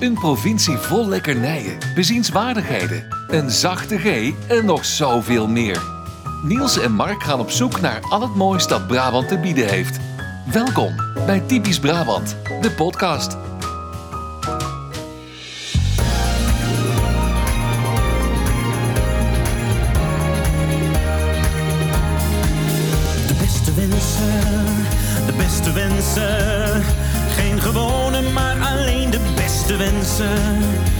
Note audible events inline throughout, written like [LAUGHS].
Een provincie vol lekkernijen, bezienswaardigheden, een zachte G en nog zoveel meer. Niels en Mark gaan op zoek naar al het moois dat Brabant te bieden heeft. Welkom bij Typisch Brabant, de podcast. De beste wensen, de beste wensen. Geen gewone, maar alleen de beste wensen.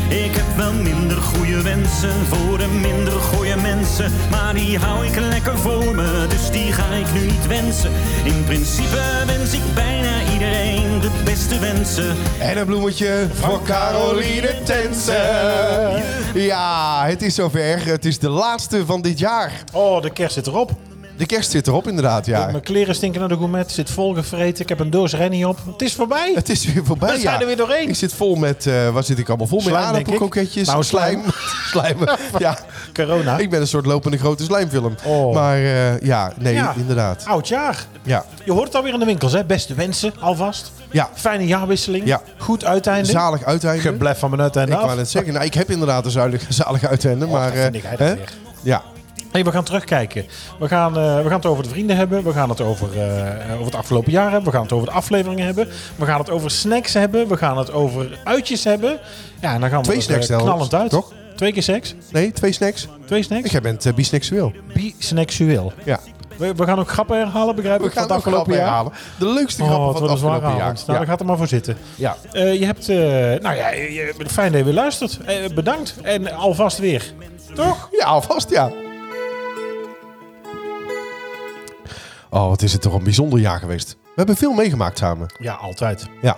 Ik heb wel minder goede wensen voor de minder goede mensen. Maar die hou ik lekker voor me, dus die ga ik nu niet wensen. In principe wens ik bijna iedereen de beste wensen. En een bloemetje voor Caroline Tensen. Ja, het is zover. Het is de laatste van dit jaar. Oh, de kerst zit erop. De kerst zit erop inderdaad, ja. Mijn kleren stinken naar de gourmet. Zit volgevreten. Ik heb een doos rennie op. Het is voorbij. Het is weer voorbij, We zijn ja. er weer doorheen. Ik zit vol met, eh waar zit ik allemaal vol? met Slijm, denk ik. aardappelkroketjes, Nou, slijm. slijm. [LAUGHS] ja. Corona. Ik ben een soort lopende grote slijmfilm. Oh. Maar eh, ja, nee, inderdaad. Oud jaar. Ja. Je hoort het alweer in de winkels, hè? Beste wensen, alvast. Ja. Fijne jaarwisseling. Ja. Goed uiteinde. Zalig uiteinde. Geblef van mijn ik uiteinde af. wou net zeggen, nou, ik heb inderdaad een zalig, zalig uiteinde. maar, Oh, dat vind eh, ik eigenlijk hè? weer. Ja, Hey, we gaan terugkijken. We gaan, eh, we gaan het over de vrienden hebben. We gaan het over, eh, over het afgelopen jaar hebben. We gaan het over de afleveringen hebben. We gaan het over snacks hebben. We gaan het over uitjes hebben. Ja, en dan gaan we Twee er, eh, snacks zelfs, knallend uit. toch? Twee keer seks. nee, twee snacks. Twee snacks. Ik bent eh, bisnexueel. Bisexueel. Ja. We, we gaan ook grappen herhalen, begrijp We ik, van gaan het de afgelopen afgelopen jaar. halen. De leukste Oh, grappen het van het wordt een zware afgelopen jaar. avond. Nou, Ja. daar gaat er maar voor zitten. Ja. Eh, je hebt, eh, nou ja, je- je- fijn dat je weer luistert. Eh, bedankt. En alvast weer. Toch? Ja, alvast ja. Oh, wat is het toch een bijzonder jaar geweest. We hebben veel meegemaakt samen. Ja, altijd. Ja.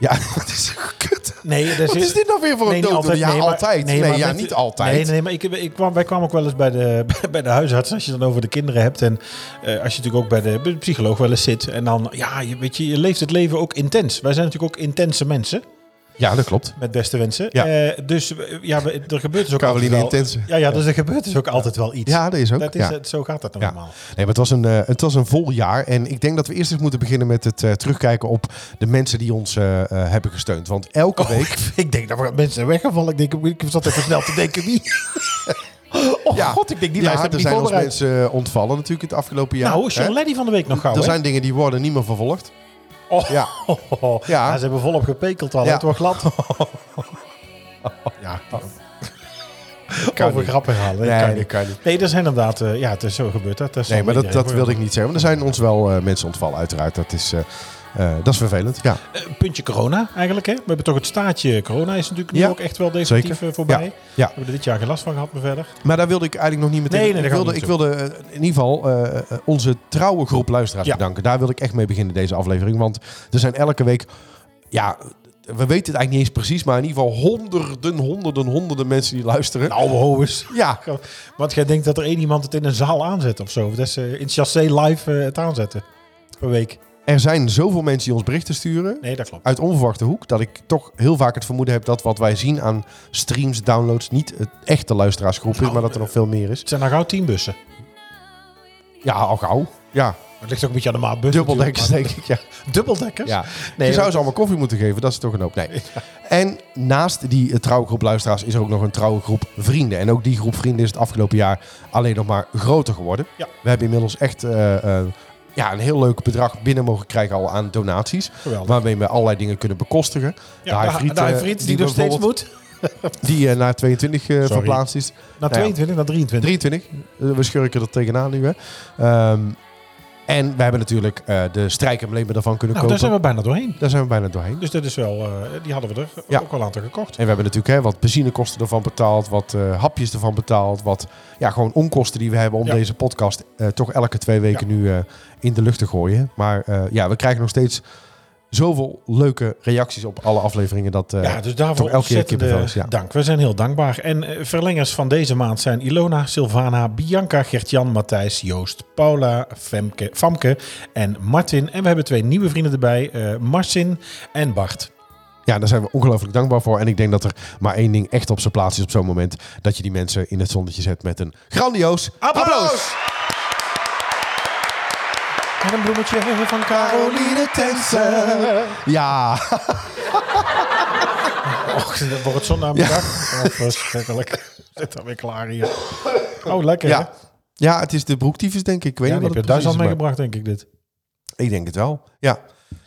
Ja, [LAUGHS] wat is kut. Nee, dat Wat is dit nou weer voor een niet dood? Ja, nee, maar- altijd. Nee, maar ja, met- niet altijd. Nee, nee, maar ik, ik kwam, wij kwamen ook wel eens bij de, [LAUGHS] bij de huisarts. Als je dan over de kinderen hebt. En eh, als je natuurlijk ook bij de, bij de psycholoog wel eens zit. En dan, ja, je, weet je, je leeft het leven ook intens. Wij zijn natuurlijk ook intense mensen. Ja, dat klopt. Met beste wensen. Ja. Eh, dus eh, ja, we- er gebeurt dus ook Caroline altijd wel... Intense. Ja, ja, dus er gebeurt dus ook altijd wel iets. Ja, dat is ook, Dat is, ja. het, zo gaat dat Ja. normaal. Nee, maar het was, een, eh, het was een vol jaar. En ik denk dat we eerst eens moeten beginnen met het eh, terugkijken op de mensen die ons eh, eh, hebben gesteund. Want elke Oh, week ik, [LAUGHS] ik denk dat we mensen zijn weggevallen. Ik, denk, ik zat even snel te denken [LAUGHS] wie. oh god, ik denk die ja, lijst heb er ik niet zijn ons voorbereid. mensen eh, ontvallen natuurlijk het afgelopen jaar. Nou, hè? Sean Leddy van de week nog gauw. Er hè? zijn dingen die worden niet meer vervolgd. [LAUGHS] Oh, Ja. Ja. Ja, ze hebben volop gepekeld [LAUGHS] al. Ja. Het wordt glad. Ja, [LAUGHS] Over grappen halen. Nee, kan dat kan niet. niet. Nee, dat zijn inderdaad... eh, ja, het is zo gebeurd. Dat, dat zal Nee, maar dat, iedereen dat wilde ik niet zeggen. Maar er zijn ons wel eh, mensen ontvallen, uiteraard. Dat is, eh, eh, dat is vervelend. Ja, Eh, puntje corona eigenlijk, hè? We hebben toch het staatje corona is natuurlijk nu Ja, ook echt wel definitief zeker. eh, Ja, voorbij. We ja. hebben er dit jaar geen last van gehad, maar verder. maar daar wilde ik eigenlijk nog niet meteen. Nee, nee, ik daar gaan wilde, we ik niet wilde eh, in ieder geval eh, eh, onze trouwe groep luisteraars Ja. bedanken. Daar wil ik echt mee beginnen deze aflevering. Want er zijn elke week, ja, we weten het eigenlijk niet eens precies, maar in ieder geval honderden, honderden, honderden mensen die luisteren. Oude hoes. ja, Want jij denkt dat er één iemand het in een zaal aanzet of zo. Dat ze in chassé live eh, het aanzetten. Per week. er zijn zoveel mensen die ons berichten sturen. Nee, dat klopt. uit onverwachte hoek dat ik toch heel vaak het vermoeden heb dat wat wij zien aan streams, downloads niet het echte luisteraarsgroep Nou, is, maar dat er nog veel meer is. Het zijn nou gauw tien bussen. Ja, al gauw. Ja, Het ligt ook een beetje aan de maatbus. dubbeldekkers denk ik. Ja. ik. Dubbeldekkers? Ja. Nee, je hoor. zou ze allemaal koffie moeten geven, dat is toch een hoop. Nee. En naast die eh, trouwe groep luisteraars is er ook nog een trouwe groep vrienden. En ook die groep vrienden is het afgelopen jaar alleen nog maar groter geworden. Ja. We hebben inmiddels echt eh, eh, ja, een heel leuk bedrag binnen mogen krijgen al aan donaties. Geweldig. Waarmee we allerlei dingen kunnen bekostigen. Ja, de, Haifriet, de eh, Haifriet die, nog steeds bijvoorbeeld- moet. Die eh, naar 22 eh, verplaatst is. Naar Nou ja. 22, naar 23. 23. Eh, We schurken er tegenaan nu, hè. Ehm, en we hebben natuurlijk eh, de strijkemblemen daarvan kunnen Nou, kopen. daar zijn we bijna doorheen. Daar zijn we bijna doorheen. Dus dat is wel, eh, die hadden we er Ja. ook al aan te gekocht. En we hebben natuurlijk hè, wat benzinekosten ervan betaald, wat eh, hapjes ervan betaald, wat ja, gewoon onkosten die we hebben om Ja. deze podcast eh, toch elke twee weken nu eh, in de lucht te gooien. Maar eh, ja, we krijgen nog steeds zoveel leuke reacties op alle afleveringen. Dat, eh, Ja, dus daarvoor toch elke keer ontzettende kippenvel is, ja. dank. We zijn heel dankbaar. En eh, verlengers van deze maand zijn Ilona, Sylvana, Bianca, Gertjan, Matthijs, Joost, Paula, Femke, Famke en Martin. En we hebben twee nieuwe vrienden erbij, eh, Marcin en Bart. Ja, daar zijn we ongelooflijk dankbaar voor. En ik denk dat er maar één ding echt op zijn plaats is op zo'n moment. Dat je die mensen in het zonnetje zet met een grandioos applaus. En een bloemetje eh, van Karel. Caroline Tensen. Ja. Och, Dat Wordt het zondagmiddag? Oh, verschrikkelijk. [LAUGHS] Zit dan weer klaar hier. Oh, lekker. hè? Ja. ja, het is de broektyfus, denk ik. Ik weet Ja, niet die wat heb je het uit Duitsland precies is, maar meegebracht, denk ik, dit. Ik denk het wel, ja.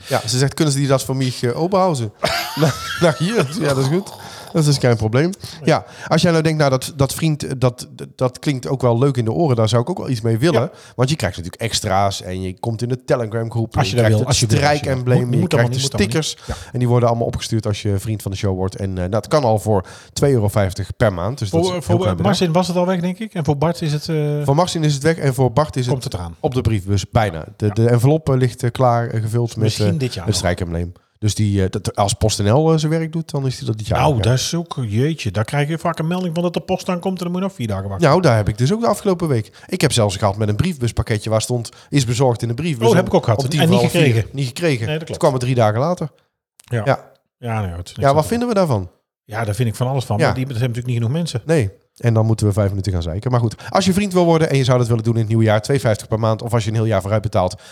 Ja, ze zegt, kunnen ze die das voor mij uh, openhouden? [LAUGHS] nou, nou, hier. Ja, dat is goed. Dat is geen probleem. Ja, als jij nou denkt, nou, dat, dat vriend, eh, dat, dat, dat klinkt ook wel leuk in de oren. Daar zou ik ook wel iets mee willen. Want je krijgt natuurlijk extra's en je komt in de Telegram groep. Als je dat krijgt wil, het als je wil, als je wil. strijkembleem, Moet- je moet krijgt allemaal de niet, moet allemaal stickers. En die worden allemaal opgestuurd als je vriend van de show wordt. En eh, nou, dat kan al voor 2,50 euro per maand. Dus dat is een Voor, heel klein voor bedrag. Marcin was het al weg, denk ik. En voor Bart is het... eh, Voor Marcin is het weg en voor Bart is komt het het eraan. op de briefbus, bijna. De, de envelop eh, ligt eh, klaar, eh, gevuld met Misschien eh, dit jaar het nog. strijkembleem. Dus die, eh, dat, als PostNL eh, zijn werk doet, dan is die dat dit jaar. Nou, ook, ja. dat is ook... Jeetje, daar krijg je vaak een melding van dat de post aankomt. En dan moet je nog vier dagen wachten. Nou, daar heb ik dus ook de afgelopen week. Ik heb zelfs gehad met een briefbuspakketje waar stond is bezorgd in de briefbus. Oh, dat heb Om- ik ook gehad. om tien En voor niet half vier. gekregen. Niet gekregen. Nee, dat klopt. Het kwam er drie dagen later. Ja. Ja. Ja, nou, ja, het is niks Ja, aan wat te vinden we daarvan? doen. ja, daar vind ik van alles van. Ja. Maar die dat hebben natuurlijk niet genoeg mensen. Nee. En dan moeten we vijf minuten gaan zeiken. Maar goed, als je vriend wil worden en je zou dat willen doen in het nieuwe jaar, 2,50 per maand. Of als je een heel jaar vooruit betaalt, 27,50.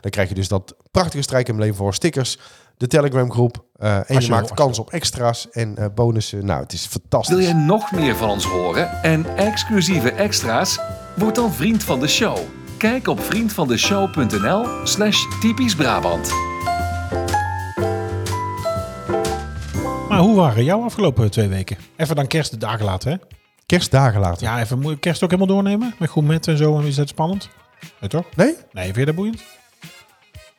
Dan krijg je dus dat prachtige strijkembleem voor stickers. De Telegram groep. eh, en je, wil, als maakt je kans op extra's en eh, bonussen. Nou, het is fantastisch. Wil jij nog meer van ons horen en exclusieve extra's? Word dan vriend van de show. Kijk op vriendvandeshow.nl slash typisch Brabant. Maar hoe waren jouw afgelopen twee weken? Even dan kerst de dagen laten, hè? Kerstdagen later. Ja, even moet je kerst ook helemaal doornemen? Met gourmet en zo, en is dat spannend? Nee, toch? Nee? Nee, vind je dat boeiend? Ja,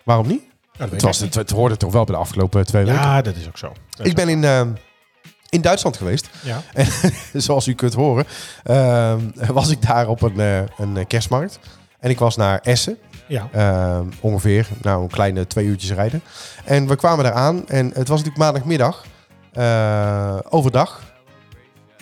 Waarom niet? dat weet Het, was, ik het, het hoorde toch wel bij de afgelopen twee niet. weken. Ja, dat is ook zo. Dat Ik ben in, eh, in Duitsland geweest. [LAUGHS] is- Ja. En zoals u kunt horen, ehm, was ik daar op een, eh, een eh, kerstmarkt. En ik was naar Essen. ja. Ehm, ongeveer, nou een kleine twee uurtjes rijden. En we kwamen daar aan en het was natuurlijk maandagmiddag, eh, overdag.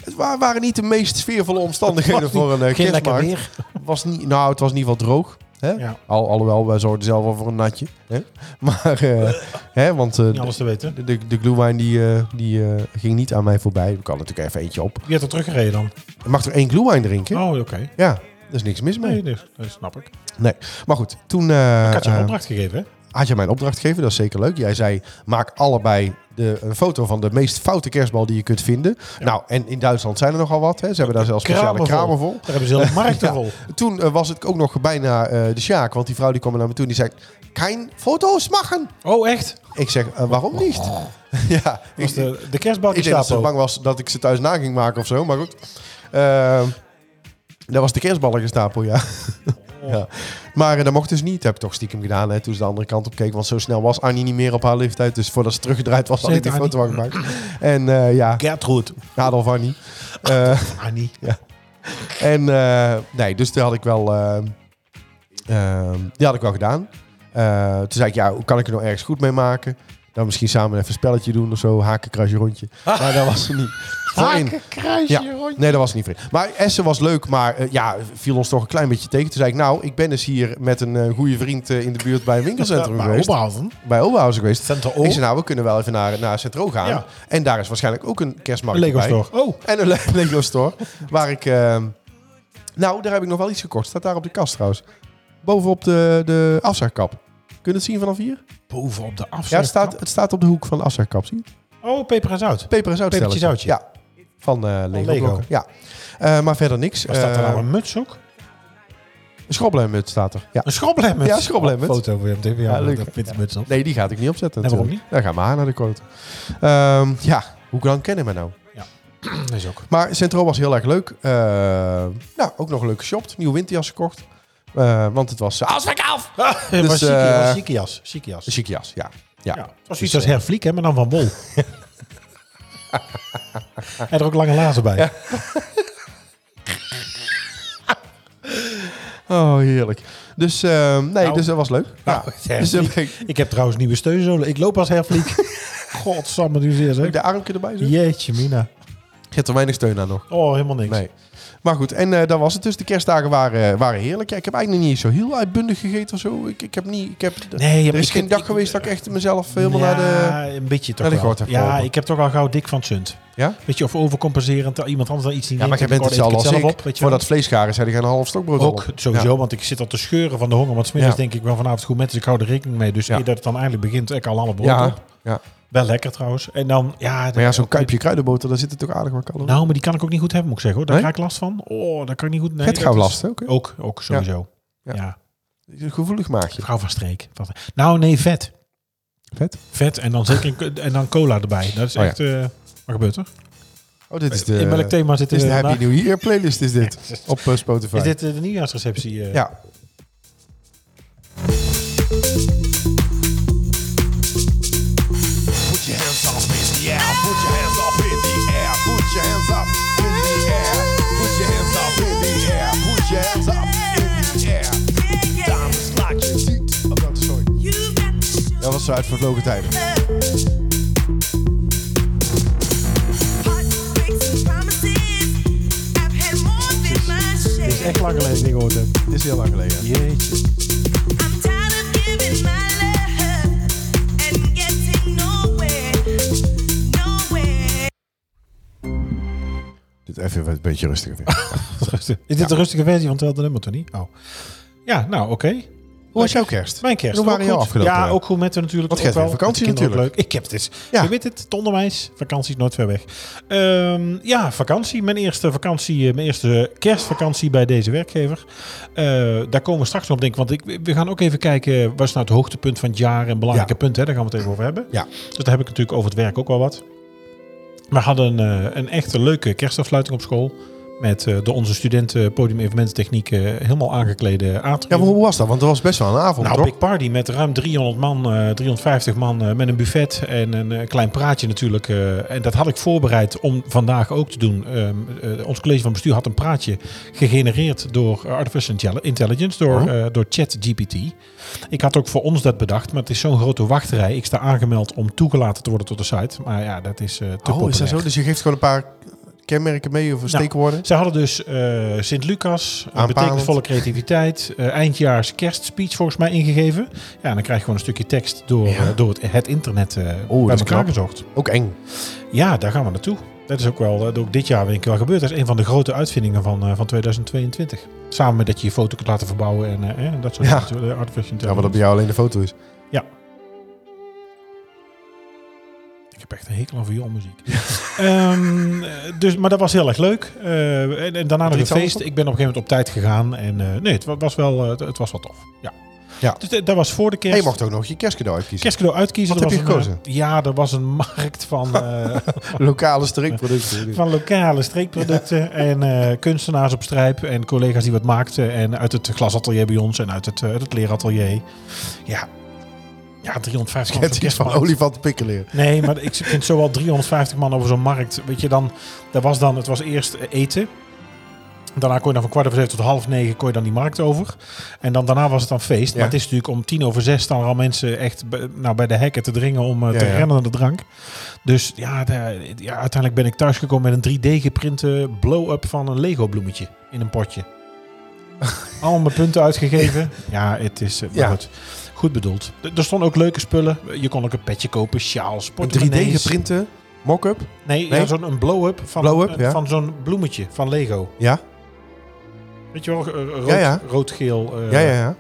Het wa- waren niet de meest sfeervolle [LAUGHS] omstandigheden Het was voor een eh, Geen lekker kerstmarkt. weer. Was niet, nou, het was in ieder geval droog. Hè? Ja. Al, alhoewel, wij zorgden zelf wel voor een natje. Hè? [LAUGHS] Maar, eh, hè, want eh, Niet alles te weten. de, de, de glühwein die, eh, die eh, ging niet aan mij voorbij. Ik had natuurlijk even eentje op. Wie had er teruggereden dan? Je mag er één glühwein drinken. Oh, oké. Ja, daar is niks mis mee. Nee, dus, dat snap ik. Nee. Maar goed, toen... eh, Ik had je een eh, opdracht gegeven, hè? had jij mij een opdracht gegeven, dat is zeker leuk. Jij zei, maak allebei de, een foto van de meest foute kerstbal die je kunt vinden. Nou, en in Duitsland zijn er nogal wat. Hè. Ze hebben daar zelfs speciale Kramen vol. kramen voor. Daar hebben ze hele [LAUGHS] markten Ja. vol. Toen eh, was het ook nog bijna eh, de Sjaak, want die vrouw die kwam naar me toe en die zei... Geen foto's maken! Oh, echt? Ik zeg, "Eh, waarom niet? [LAUGHS] ja, Oh. Was ik, de, de kerstbal ik denk dat ze bang was dat ik ze thuis na ging maken of zo, maar goed. Ehm dat was de kerstballenstapel, ja. ja. Maar eh, dat mocht dus niet. Heb ik toch stiekem gedaan hè, toen ze de andere kant op keek. Want zo snel was Annie niet meer op haar leeftijd. Dus voordat ze teruggedraaid was, had ik Zet die Annie. foto al gemaakt. En eh, ja, Gertrud. Adolf Annie. Eh, Annie. en eh, nee, dus die had ik wel, eh, ehm, die had ik wel gedaan. Eh, toen zei ik, ja, hoe kan ik er nou ergens goed mee maken? Dan misschien samen even een spelletje doen of zo. Haken, kruisje, rondje. Maar dat was ze niet. Voor in. kruisje, Ja. Nee, dat was niet vriend. Maar Essen was leuk, maar eh, ja, viel ons toch een klein beetje tegen. Toen zei ik, nou, ik ben dus hier met een eh, goede vriend eh, in de buurt bij een winkelcentrum [LAUGHS] Maar geweest. Oberhausen. Bij Oberhausen geweest. Center O. Ik zei, nou, we kunnen wel even naar, naar Centro gaan. Ja. En daar is waarschijnlijk ook een kerstmarkt Lego bij. Store. Oh, En een Le- [LAUGHS] Lego Store. waar ik... eh, nou, daar heb ik nog wel iets gekocht. Staat daar op de kast trouwens. Bovenop de, de afzuigkap. Kun je het zien vanaf hier? boven op de afzet. Ja, het staat, het staat op de hoek van de afzuigkap. Zie je het? Oh, peper en zout. Peper en zout Pepertje stelletje. Ja. Van eh, Lego. Lego. blokken. Ja. Eh, maar verder niks. Waar staat er Eh, nou een muts ook? Een schrobbelhemmut staat er. Ja. Een schrobbelhemmet. Ja, een schrobbelhemmet. Foto van hem. Ja, Ja, leuk. Dat witte muts op. Nee, die gaat ik niet opzetten. Nee, waarom natuurlijk. Dan gaan we haar naar de quote. Ehm, ja, hoe lang kennen we nou? Dat is ook. Maar Centro was heel erg leuk. Eh, nou, ook nog leuk geshopt. Nieuw winterjas gekocht. Eh, want het was... Als ik af! [LAUGHS] Dus, [LAUGHS] was Dus, chique, eh, was chique jas. Chique jas. Een chique Dus, eh, jas, ja. Ja, Ja, het was iets als herfliek, hè, maar dan [LAUGHS] van wol. en er ook lange lazen bij. [LAUGHS] Oh, heerlijk. Dus eh, nee, Nou. dus dat was leuk. Nou, [LAUGHS] ja. het Dus dan herfliek. ben ik ik heb trouwens nieuwe steunzolen. Ik loop als herfliek. Godsamme, nu zeer zeg. [LAUGHS] de armje erbij. Zo. Jeetje mina. Je hebt er weinig steun aan nog. Oh, helemaal niks. Nee. Maar goed, en eh dat was het dus. De kerstdagen waren, eh, waren heerlijk. Ja, ik heb eigenlijk niet eens zo heel uitbundig gegeten of zo. Ik, ik heb niet... Ik heb, Nee, er maar is ik- geen ik- dag geweest dat ik echt mezelf helemaal naar de... Ja, een beetje naar de toch wel. gort heb Ja, geholpen. ik heb toch al gauw dik van het zunt. Ja? Weet je, of overcompenserend. dat Iemand anders dan iets niet Ja, maar jij neemt. oh, bent Ik eet hetzelfde als zelf ik. op, weet je Voor wel. dat vleesgaren zei ik een half stokbrood Ook op. sowieso, want ik zit al te scheuren van de honger. Want smiddags Ja. denk ik wel vanavond goed met, dus ik hou er rekening mee. Dus Ja. eer dat het dan eindelijk begint, ik al allemaal brood Ja. op. ja. Wel lekker trouwens. En dan, ja, Maar ja, zo'n kuipje kruidenboter, daar zit het toch aardig wat calorieën. Nou, maar die kan ik ook niet goed hebben, moet ik zeggen. Hoor. Daar Nee? krijg ik last van. Oh, daar kan ik niet goed... Nee, Vet gauw dat is- Oh. last, hè, ook, hè? Ook, ook sowieso. Ja. Ja. Een gevoelig maagje. Vrouw van streek. Van- Nou, nee, vet. Vet? Vet en dan zeker een- en dan cola erbij. Dat is Oh, ja. echt... eh, wat gebeurt er? Oh, dit is de, In welk thema zit dit is de eh, Happy vandaag? New Year playlist is [LAUGHS] dit. Op eh, Spotify. Is dit eh, de nieuwjaarsreceptie? eh? Ja. Put your hands up in the air. Put your hands up in the air. Put your hands up in the air. Put your hands up in the air. Put your hands up in the air. Diamonds like you see. Oh, dat is sorry. Dat was zo uit vervlogen tijden. Dit is echt lang geleden die [LAUGHS] ik gehoord heb. Dit is heel lang geleden. Jeetje. Dit even wat- een beetje rustiger [LAUGHS] weer. Is dit de rustige versie van hetzelfde nummer, Tony? Oh. Ja, nou, oké. Hoe was jouw kerst? Mijn kerst. Hoe waren ook jouw goed. afgelopen Ja, jaar? ook goed met hem natuurlijk. Want jij ook hebt wel. weer vakantie Met de kinderen ook natuurlijk. Leuk. Ik heb dit. Ja. Je weet het, het onderwijs. Vakantie is nooit ver weg. Ehm, ja, vakantie. Mijn eerste vakantie, eh, mijn eerste kerstvakantie bij deze werkgever. Eh, daar komen we straks nog op, denk ik. Want ik, we gaan ook even kijken, wat is nou het hoogtepunt van het jaar en belangrijke Ja. punten. Hè? Daar gaan we het even over hebben. Ja. Dus daar heb ik natuurlijk over het werk ook wel wat. We hadden een, eh, een echte leuke kerstafsluiting op school. Met eh, door onze studenten podium evenemententechniek eh, helemaal aangeklede atrium. Ja, maar hoe was dat? Want er was best wel een avond, Nou, toch? Big Party met ruim 300 man, eh, 350 man eh, met een buffet en een eh, klein praatje natuurlijk. eh, en dat had ik voorbereid om vandaag ook te doen. Ehm, eh, ons college van bestuur had een praatje gegenereerd door Artificial Intelli- Intelligence, door, Oh. eh, door ChatGPT. Ik had ook voor ons dat bedacht, maar het is zo'n grote wachtrij. Ik sta aangemeld om toegelaten te worden tot de site. Maar ja, dat is eh te oh, is dat populair. zo? Dus je geeft gewoon een paar kenmerken mee of steekwoorden? Ze Nou, hadden dus eh, Sint-Lucas, eh, Aanpalend. betekenisvolle creativiteit, eh, eindjaars kerstspeech volgens mij ingegeven. Ja, en dan krijg je gewoon een stukje tekst door, Ja. eh, door het, het internet eh dat bij is elkaar knap. gezocht. Ook eng. Ja, daar gaan we naartoe. Dat is ook wel, eh, ook dit jaar denk ik wel gebeurd. Dat is een van de grote uitvindingen van, eh, van 2022. Samen met dat je je foto kunt laten verbouwen en eh, eh, dat soort Ja. dingen. eh, Artificial Ja, wat intelligence. op jou alleen de foto is. Ik heb echt een hekel aan vioolmuziek. Ehm, eh, dus, maar dat was heel erg leuk. Eh, en, en daarna nog een iets anders feest. Ik ben op een gegeven moment op tijd gegaan. En eh, nee, het wa- was wel, eh, het- het was wel tof. Ja. Ja. Dus eh, dat was voor de En kerst. je mocht ook nog je kerstcadeau uitkiezen. Kerstcadeau uitkiezen. Wat Er heb was je een, eh, ja, er was een markt [LAUGHS] van, eh, Lokale [LAUGHS] streekproducten. van lokale streekproducten. En eh, kunstenaars op strijp. En collega's die wat maakten. En uit het glasatelier bij ons. En uit het, eh, uit het leeratelier. Ja. Ja, 350 man op Het zo'n is van kerstmarkt. olifant pikkenleer. Nee, maar ik vind zo wel 350 man over zo'n markt. Weet je, dan, dat was dan, het was eerst eten. Daarna kon je dan van kwart over zeven tot half negen kon je dan die markt over. En dan daarna was het dan feest. Ja. Maar het is natuurlijk om tien over zes staan er al mensen echt bij- nou, bij de hekken te dringen om eh, Ja, te ja. rennen naar de drank. Dus ja, de- ja, uiteindelijk ben ik thuisgekomen met een 3D geprinte blow-up van een Lego bloemetje in een [LAUGHS] potje. Al mijn punten uitgegeven. Ja, het is eh, maar Ja. goed. goed bedoeld. D- Er stonden ook leuke spullen. Je kon ook een petje kopen, sjaals, Een portemonnees. 3D geprinte mock-up. Nee, Nee? Ja, zo'n een blow-up van, Blow-up, eh, ja. van zo'n bloemetje van Lego. Ja, Weet je wel, eh, rood, Ja, ja. rood-geel, eh, ja, ja. ja.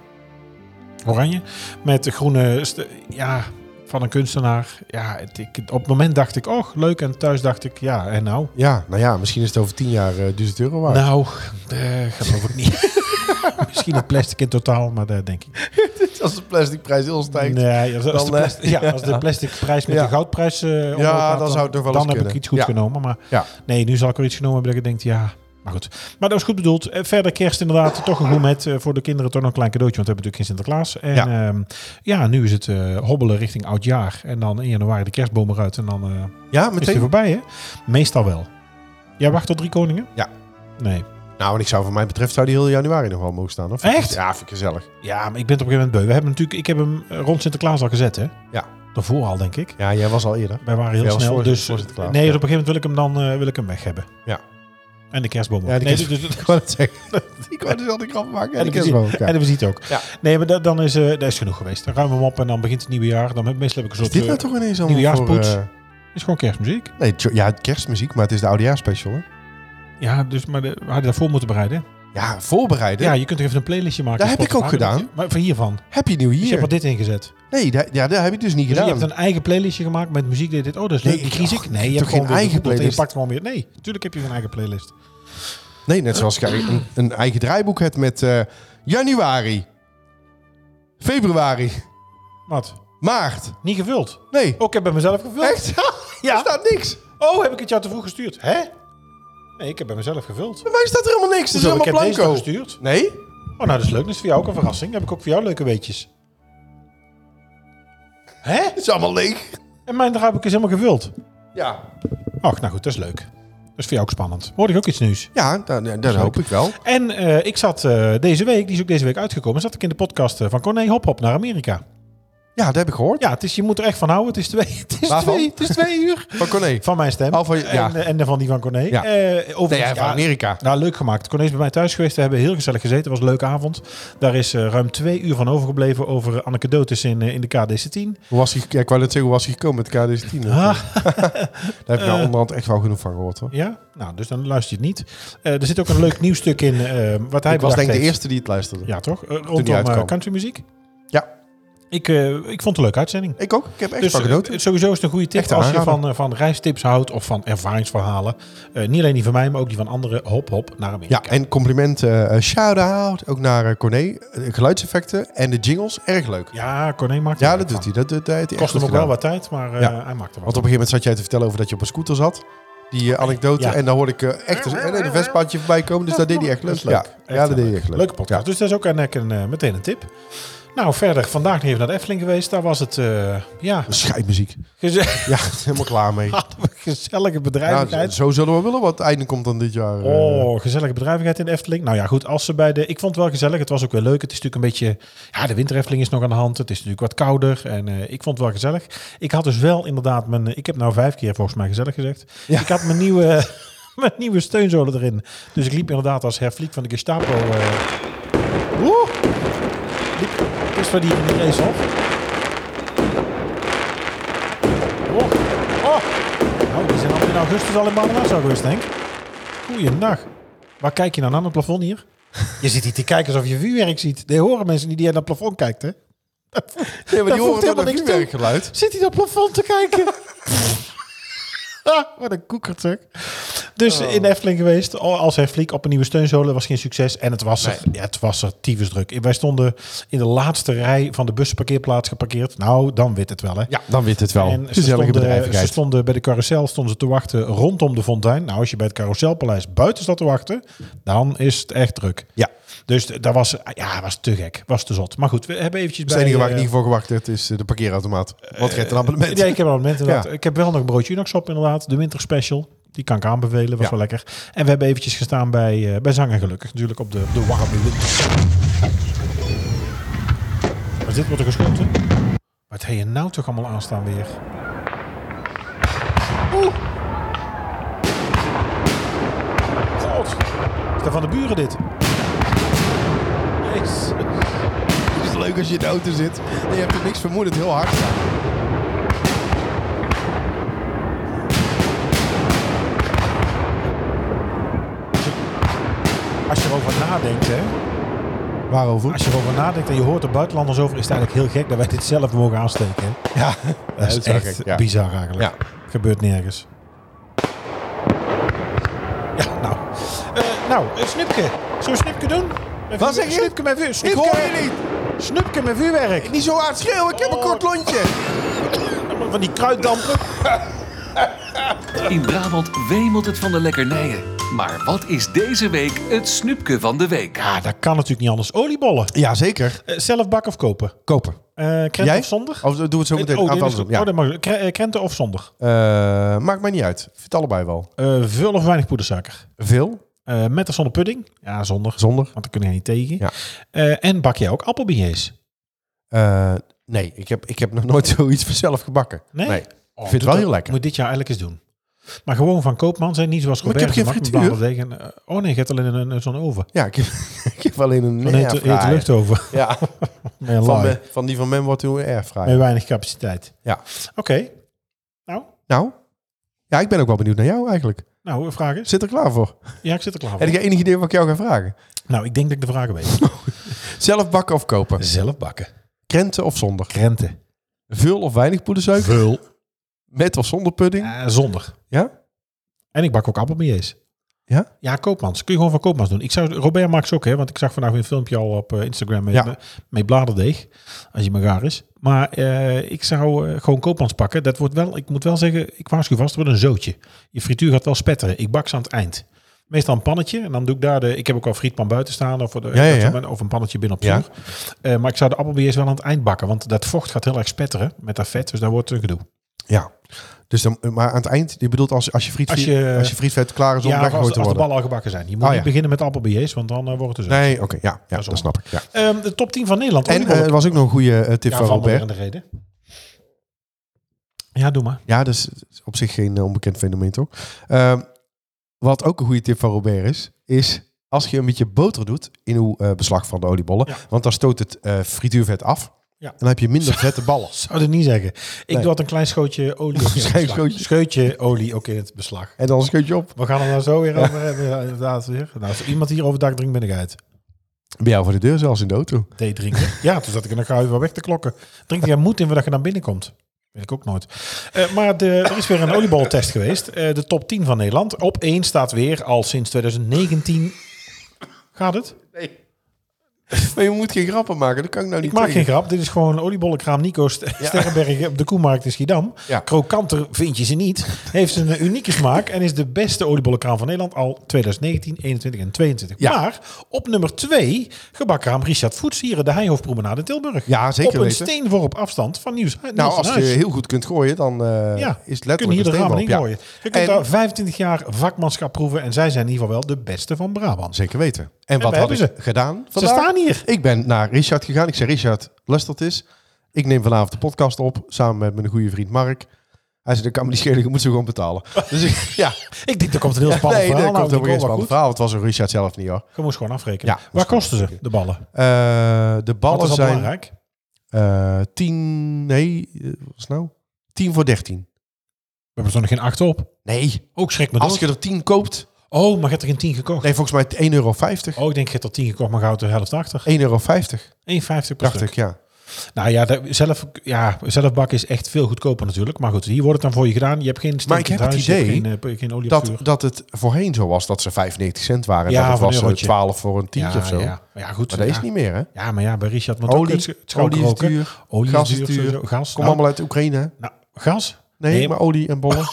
oranje. Met groene, st- ja, van een kunstenaar. Ja, het, ik, op het moment dacht ik, oh, leuk. En thuis dacht ik, ja, en nou? Ja, nou ja, misschien is het over tien jaar eh, 1000 euro waard. Nou, eh, geloof ik niet. [LAUGHS] Misschien het plastic in totaal, maar daar denk ik [LAUGHS] Als de plasticprijs heel stijgt. Nee, als, als Dan, de plas- eh, ja, als de plastic prijs met [LAUGHS] Ja. de goudprijs eh, omhoog Ja, gaat, dan zou het nog wel Dan eens heb ik kunnen. iets goed Ja. genomen. Maar Ja. nee, nu zal ik weer iets genomen hebben dat ik denk, ja... Maar goed, maar dat was goed bedoeld. Eh, Verder kerst inderdaad, toch een goed met. eh, Voor de kinderen toch nog een klein cadeautje, want we hebben natuurlijk geen Sinterklaas. En Ja. ja, ja nu is het eh, hobbelen richting oudjaar. En dan in januari de kerstboom eruit en dan eh, Ja, is het meteen. voorbij, hè? Meestal wel. Jij wacht tot drie koningen? Ja. Nee. Nou, en ik zou, van mij betreft, zou die heel januari nog wel mogen staan. Of? Echt? Ja, vind ik gezellig. Ja, maar ik ben het op een gegeven moment beu. We hebben natuurlijk, ik heb hem eh, rond Sinterklaas al gezet, hè? Ja. Daarvoor al, denk ik. Ja, jij was al eerder. Wij waren heel Ja, was snel. voor- dus voor nee, dus op Sinterklaas, een ja. gegeven moment wil ik hem dan eh, wil ik hem weg hebben. Ja. En de kerstboom. ook. Ja, die nee, kerst- dus- dus- [LAUGHS] Ik wou het zeggen. Ik wou dus al die grap maken. En ik de heb muziek. wel. en de muziek ook. Ja. Nee, maar dat, dan is, eh dat is genoeg geweest. Dan ruimen we hem op en dan begint het nieuwe jaar. Dan heb, meestal heb ik een Is soort... dit nou eh, toch ineens allemaal voor... nieuwjaarspoets? eh, is gewoon kerstmuziek. nee, tjo- ja, kerstmuziek, maar het is de oudejaarspecial, hè? Ja, dus, maar de, we hadden daarvoor moeten bereiden. Ja, voorbereiden. Ja, je kunt er even een playlistje maken. Dat op heb ik ook Spotify. gedaan. Maar van hiervan. Happy New Dus je Year. hebt er dit ingezet. Nee, dat, ja, dat heb ik dus niet Dus je gedaan. hebt een eigen playlistje gemaakt met muziek. die dit, oh, dat is leuk. Nee, die kies och, ik. Nee, toch je hebt gewoon geen weer eigen gevoeld en Je playlist? pakt hem weer. Nee, natuurlijk heb je een eigen playlist. Nee, net zoals ik een, een eigen draaiboek heb met eh, januari, februari, Wat? maart. Niet gevuld. Nee, Oh, ik heb bij mezelf gevuld. [LAUGHS] echt? ja. [LAUGHS] Er staat niks. Oh, heb ik het jou te vroeg gestuurd? Hè? Nee, ik heb bij mezelf gevuld. Bij mij staat er helemaal niks. Het is Hoezo, ik heb helemaal deze toch blanco. gestuurd. Nee? Oh, nou, dat is leuk. Dat is voor jou ook een verrassing. Heb ik ook voor jou leuke weetjes. Hè? Het is allemaal leeg. En mijn draaiboek is helemaal gevuld. Ja. Ach, nou goed, dat is leuk. Dat is voor jou ook spannend. Hoorde ik ook iets nieuws. Ja, dat, dat hoop ik wel. En eh, ik zat eh, deze week, die is ook deze week uitgekomen, zat ik in de podcast eh, van Corné Hop Hop naar Amerika. Ja, dat heb ik gehoord. Ja, het is, je moet er echt van houden. Het is twee, [LAUGHS] het is Waarvan? twee, het is twee uur. Van Corné. Van mijn stem. Oh, van je- ja. en, eh, en van die van Corné. Ja. Eh, overigens, Nee, hij van ja, Amerika. Nou, leuk gemaakt. Corné is bij mij thuis geweest. We hebben heel gezellig gezeten. was een leuke avond. Daar is eh, ruim twee uur van overgebleven over eh, anekdotes in, eh, in de KDC-10. Hoe was hij, ja, ik wou net zeggen, hoe was hij gekomen met KD10? Ah. Eh. Daar heb ik [LAUGHS] nou onderhand echt wel genoeg van gehoord. Hoor. Ja? Nou, dus dan luister je het niet. Eh, er zit ook een leuk nieuwsstuk in eh, wat hij Ik was denk ik bedacht de heeft. eerste die het luisterde. Ja, toch? Eh, rondom uitkwam. eh, countrymuziek. Ja. Ik, eh, ik vond het een leuke uitzending. Ik ook. Ik heb echt Dus van eh, genoten. sowieso is het een goede tip Echt een als je aanrader. van, eh, van reistips houdt of van ervaringsverhalen. Eh, niet alleen die van mij, maar ook die van anderen. Hop, hop, naar Amerika. Ja, en complimenten, eh, shout-out ook naar eh, Corné. Eh, geluidseffecten en de jingles, erg leuk. Ja, Ja, Corné maakt er dat werk doet van. hij. Dat, dat, dat heeft hij echt Kost hem ook goed wel gedaan. wat tijd, maar eh, Ja. hij maakt er wat Want op een gegeven moment zat jij te vertellen over dat je op een scooter zat. Die eh, anekdote. Ja. En dan hoorde ik eh, echt een, een vestbandje voorbij komen. Dus dat deed hij echt leuk. Dat is leuk. Ja, Echt ja, dat heel deed hij echt leuk. Leuke podcast. Dus dat is ook een, een, eh, meteen een tip. Nou, verder vandaag nog even naar de Efteling geweest. Daar was het, eh, ja, Schijtmuziek. geze- Ja, [LAUGHS] helemaal klaar [LAUGHS] mee. hadden we [LAUGHS] gezellige Nou, bedrijvigheid. zo zullen we willen wat het einde komt dan dit jaar. eh. Oh, gezellige bedrijvigheid in de Efteling. Nou ja, goed, als ze bij de... Ik vond het wel gezellig. Het was ook weer leuk. Het is natuurlijk een beetje... Ja, de winter Efteling is nog aan de hand. Het is natuurlijk wat kouder. En eh, ik vond het wel gezellig. Ik had dus wel inderdaad mijn... eh, Ik heb nou vijf keer volgens mij gezellig gezegd. Ja. Ik had mijn nieuwe, [LAUGHS] mijn nieuwe steunzolen erin. Dus ik liep inderdaad als hervliek van de Gestapo... eh Woe! Liep, het is van die, die race af. Oh, oh. Nou, die zijn al in augustus al in Barneveld geweest, denk ik. Goeiedag. Waar kijk je dan aan het plafond hier? Je zit hier te kijken alsof je vuurwerk ziet. Nee, horen mensen niet die aan het plafond kijkt, hè? nee, maar dat die horen helemaal voegt helemaal niks niks toe. werkgeluid. Zit hij naar het plafond te [LAUGHS] kijken? Ah, Wat een koekertuk. Dus Oh. in de Efteling geweest, al- als herfliek op een nieuwe steunzolen, was geen succes. En het was er, ja, het was er tyfus druk. Wij stonden in de laatste rij van de busparkeerplaats geparkeerd. Nou, dan weet het wel, hè? Ja, dan wint het wel. En ze Gezellige stonden, ze bedrijvigheid. stonden bij de carousel stonden ze te wachten rondom de fontein. Nou, als je bij het carouselpaleis buiten staat te wachten, dan is het echt druk. Ja, Dus d- dat was, ja, was te gek. Was te zot. Maar goed, we hebben eventjes het bij... enige waar ik eh, niet voor gewacht heb is eh, de parkeerautomaat. Want je hebt een abonnement. Ja, ik heb wel een moment inderdaad. Ja. Ik heb wel nog een broodje Unox op inderdaad. De winter special. Die kan ik aanbevelen. Was Ja. wel lekker. En we hebben eventjes gestaan bij, eh bij Zanger gelukkig. Natuurlijk op de, de warme winter. Maar dit wordt er geschoten. Wat heb je nou toch allemaal aanstaan weer? Oeh. God. Is dat van de buren dit? Jezus. Het is leuk als je in de auto zit. En je hebt er niks vermoedend heel hard. Als je erover nadenkt, hè. Waarover? Als je erover nadenkt en je hoort er buitenlanders over, is het eigenlijk heel gek dat wij dit zelf mogen aansteken. hè? Ja, Dat is dat zag echt ik, ja. bizar eigenlijk. Ja. Gebeurt nergens. Ja, nou. Eh, nou, eh, Snipke. Zullen we Snipke doen? Met Wat vuur- zeg je? Snipke met vuur. Snipke, hoor je Snipke met vuurwerk. Niet zo hard schreeuwen, ik heb een kort lontje. Van die kruiddampen. In Brabant wemelt het van de lekkernijen. Maar wat is deze week het snoepje van de week? Ja, Ah, dat kan natuurlijk niet anders. Oliebollen. Ja, zeker. Eh, zelf bakken of kopen? Kopen. Eh krenten Jij? of zondig? Of doe het zo meteen. oh, Aan dit het is andersom, goed. ja. Oh, dat mag. Kre- eh, krenten of zondig? Eh, maakt mij niet uit. Ik vind het allebei wel. Eh, veel of weinig poedersuiker? Veel, Eh, met of zonder pudding? Ja, zonder. zonder. Want daar kun je niet tegen. Ja. Eh, en bak jij ook appelbeignets? Eh, nee, ik heb, ik heb nog nooit [LAUGHS] zoiets vanzelf gebakken. Nee? Oh, Ik vind het wel heel lekker. Moet dit jaar eigenlijk eens doen. Maar gewoon van koopman zijn, niet zoals Maar ik Robert. heb geen gemaakt met frituur. balen deeg en, eh, oh nee, je hebt alleen een, een- zo'n oven. Ja, ik heb, [LAUGHS] ik heb alleen een Zo'n hete, hete airfryer. luchtoven. [LAUGHS] Ja, Met een van, laai. me- van die van men wordt toen een airfryer. Met weinig capaciteit. Ja. Oké. Nou, Nou, ja, ik ben ook wel benieuwd naar jou eigenlijk. Nou, een vraag is. Zit er klaar voor? Ja, ik zit er klaar Heb voor. jij enig idee wat ik jou ga vragen? Nou, ik denk dat ik de vragen weet. Zelf bakken of kopen? Zelf bakken. Krenten of zonder? Krenten. Veel of weinig poedersuiker? Vul. Met of zonder pudding? Eh, zonder. Ja? En ik bak ook appelbillets. Ja? Ja, koopmans. Kun je gewoon van koopmans doen. Ik zou, Robert Max ook, hè, want ik zag vandaag weer een filmpje al op eh, Instagram met, Ja. met bladerdeeg, als je me gaar is. Maar eh, ik zou eh, gewoon koopmans pakken. Dat wordt wel, ik moet wel zeggen, ik waarschuw vast, het wordt een zootje. Je frituur gaat wel spetteren. Ik bak ze aan het eind. Meestal een pannetje en dan doe ik daar de. Ik heb ook al frietpan buiten staan of, de, Ja, ja, ja. of een pannetje binnen op Ja. vuur. Eh, maar ik zou de appelbeers wel aan het eind bakken, want dat vocht gaat heel erg spetteren met dat vet, dus daar wordt het een gedoe. Ja. Dus dan, maar aan het eind, je bedoelt als, als je frietvet, Als als je- je, frietvet klaar is om Ja, weggegooid als, te als de worden. ballen al gebakken zijn. Je moet Oh, niet ja. beginnen met appelbillets, want dan eh, wordt het dus. Nee, oké, ja, ja is dat, allemaal. snap ik. Ja. Ehm, de top 10 van Nederland. En Oh, die eh, wil er ik. was ook nog een goede eh, tip ja, van van Robert. de reden. Ja, doe maar. Ja, dus op zich geen eh, onbekend fenomeen, toch? Ehm, wat ook een goede tip van Robert is, is als je een beetje boter doet in uw eh, beslag van de oliebollen, Ja. want dan stoot het eh, frituurvet af. Ja. En dan heb je [LAUGHS] minder vette ballen. Zou ik niet zeggen. Ik Nee. doe had een klein schootje olie. [LAUGHS] Een Klein schootje. scheutje olie ook in het beslag. En dan scheut je op. We gaan er nou zo weer over hebben. Ja, inderdaad weer. Nou, als er iemand hier overdag drinkt, ben ik uit. Bij jou voor de deur, zelfs in de auto. Thee drinken. Ja, toen zat ik in een gauw weer weg te klokken. Drinkt jij moed in voordat je dan binnenkomt? Weet ik ook nooit. Eh, maar de, er is weer een olieboltest geweest. Eh, de top 10 van Nederland. Op 1 staat weer al sinds 2019. Gaat het? [LAUGHS] Maar je moet geen grappen maken, dat kan ik nou niet Ik maak tegen. geen grap. Dit is gewoon oliebollenkraam Nico St- Sterrenberg op de Koemarkt in Schiedam. Ja. Krokanter vind je ze niet. Heeft een eh, unieke smaak en is de beste oliebollenkraam van Nederland al 2019, 21 en 22. Ja. Maar op nummer 2 gebakkraam Richard Voetsieren, de Heijhoofdpromenade in Tilburg. Ja, zeker Op een weten. steenworp afstand van Nieuws. Nou, als je heel goed kunt gooien, dan eh, ja, is het letterlijk kunnen hier de een ramen steenworp, in ja. gooien. Je kunt En- daar 25 jaar vakmanschap proeven en zij zijn in ieder geval wel de beste van Brabant. Zeker weten. En, wat we hadden hebben ze ze. gedaan? Ze staan hier. Ik ben naar Richard gegaan. Ik zei: Richard, luister het eens. Ik neem vanavond de podcast op samen met mijn goede vriend Mark. Hij zei: Dat kan me niet schelen, je moet ze gewoon [LAUGHS] betalen. Dus ik, ja, Ik denk, er komt een [LAUGHS] heel spannend nee, verhaal. dat komt helemaal Nou, geen Nico, wel spannend goed. verhaal. want Het was een Richard zelf niet hoor. Je moest gewoon afrekenen. Ja, Waar moest kosten ze, de ballen? Eh, de Wat is ballen al zijn belangrijk? eh 10, nee, eh, wat is het nou? 10 voor 13. We hebben er nog geen acht op. Nee, Ook schrik me als dood. je er 10 koopt, Oh, maar je hebt er geen tien gekocht. nee, volgens mij 1,50 euro. 1,50 Oh, ik denk je hebt er tien gekocht, maar goud de helft achter. 1,50 euro, per dacht stuk. ik, ja. Nou ja, daar- zelf, ja, zelf bakken is echt veel goedkoper natuurlijk. Maar goed, hier wordt het dan voor je gedaan. Je hebt geen stinkend Maar ik heb het huis, je hebt idee geen, eh, geen olie op dat, de vuur. dat het voorheen zo was dat ze 95 cent waren. Ja, Ja, dat voor een het was eh, eurotje. 12 voor een tientje ja, of zo. Ja, maar ja goed. Maar dat ja. is niet meer, hè? Ja, maar ja, bij Richard moet ook Olie, het, het goud olie is roken. duur, Olie gas is duur. sowieso. Gas. Kom nou, allemaal uit Oekraïne, hè? nou, gas? Nee, Nee, maar olie en [LAUGHS] bollen.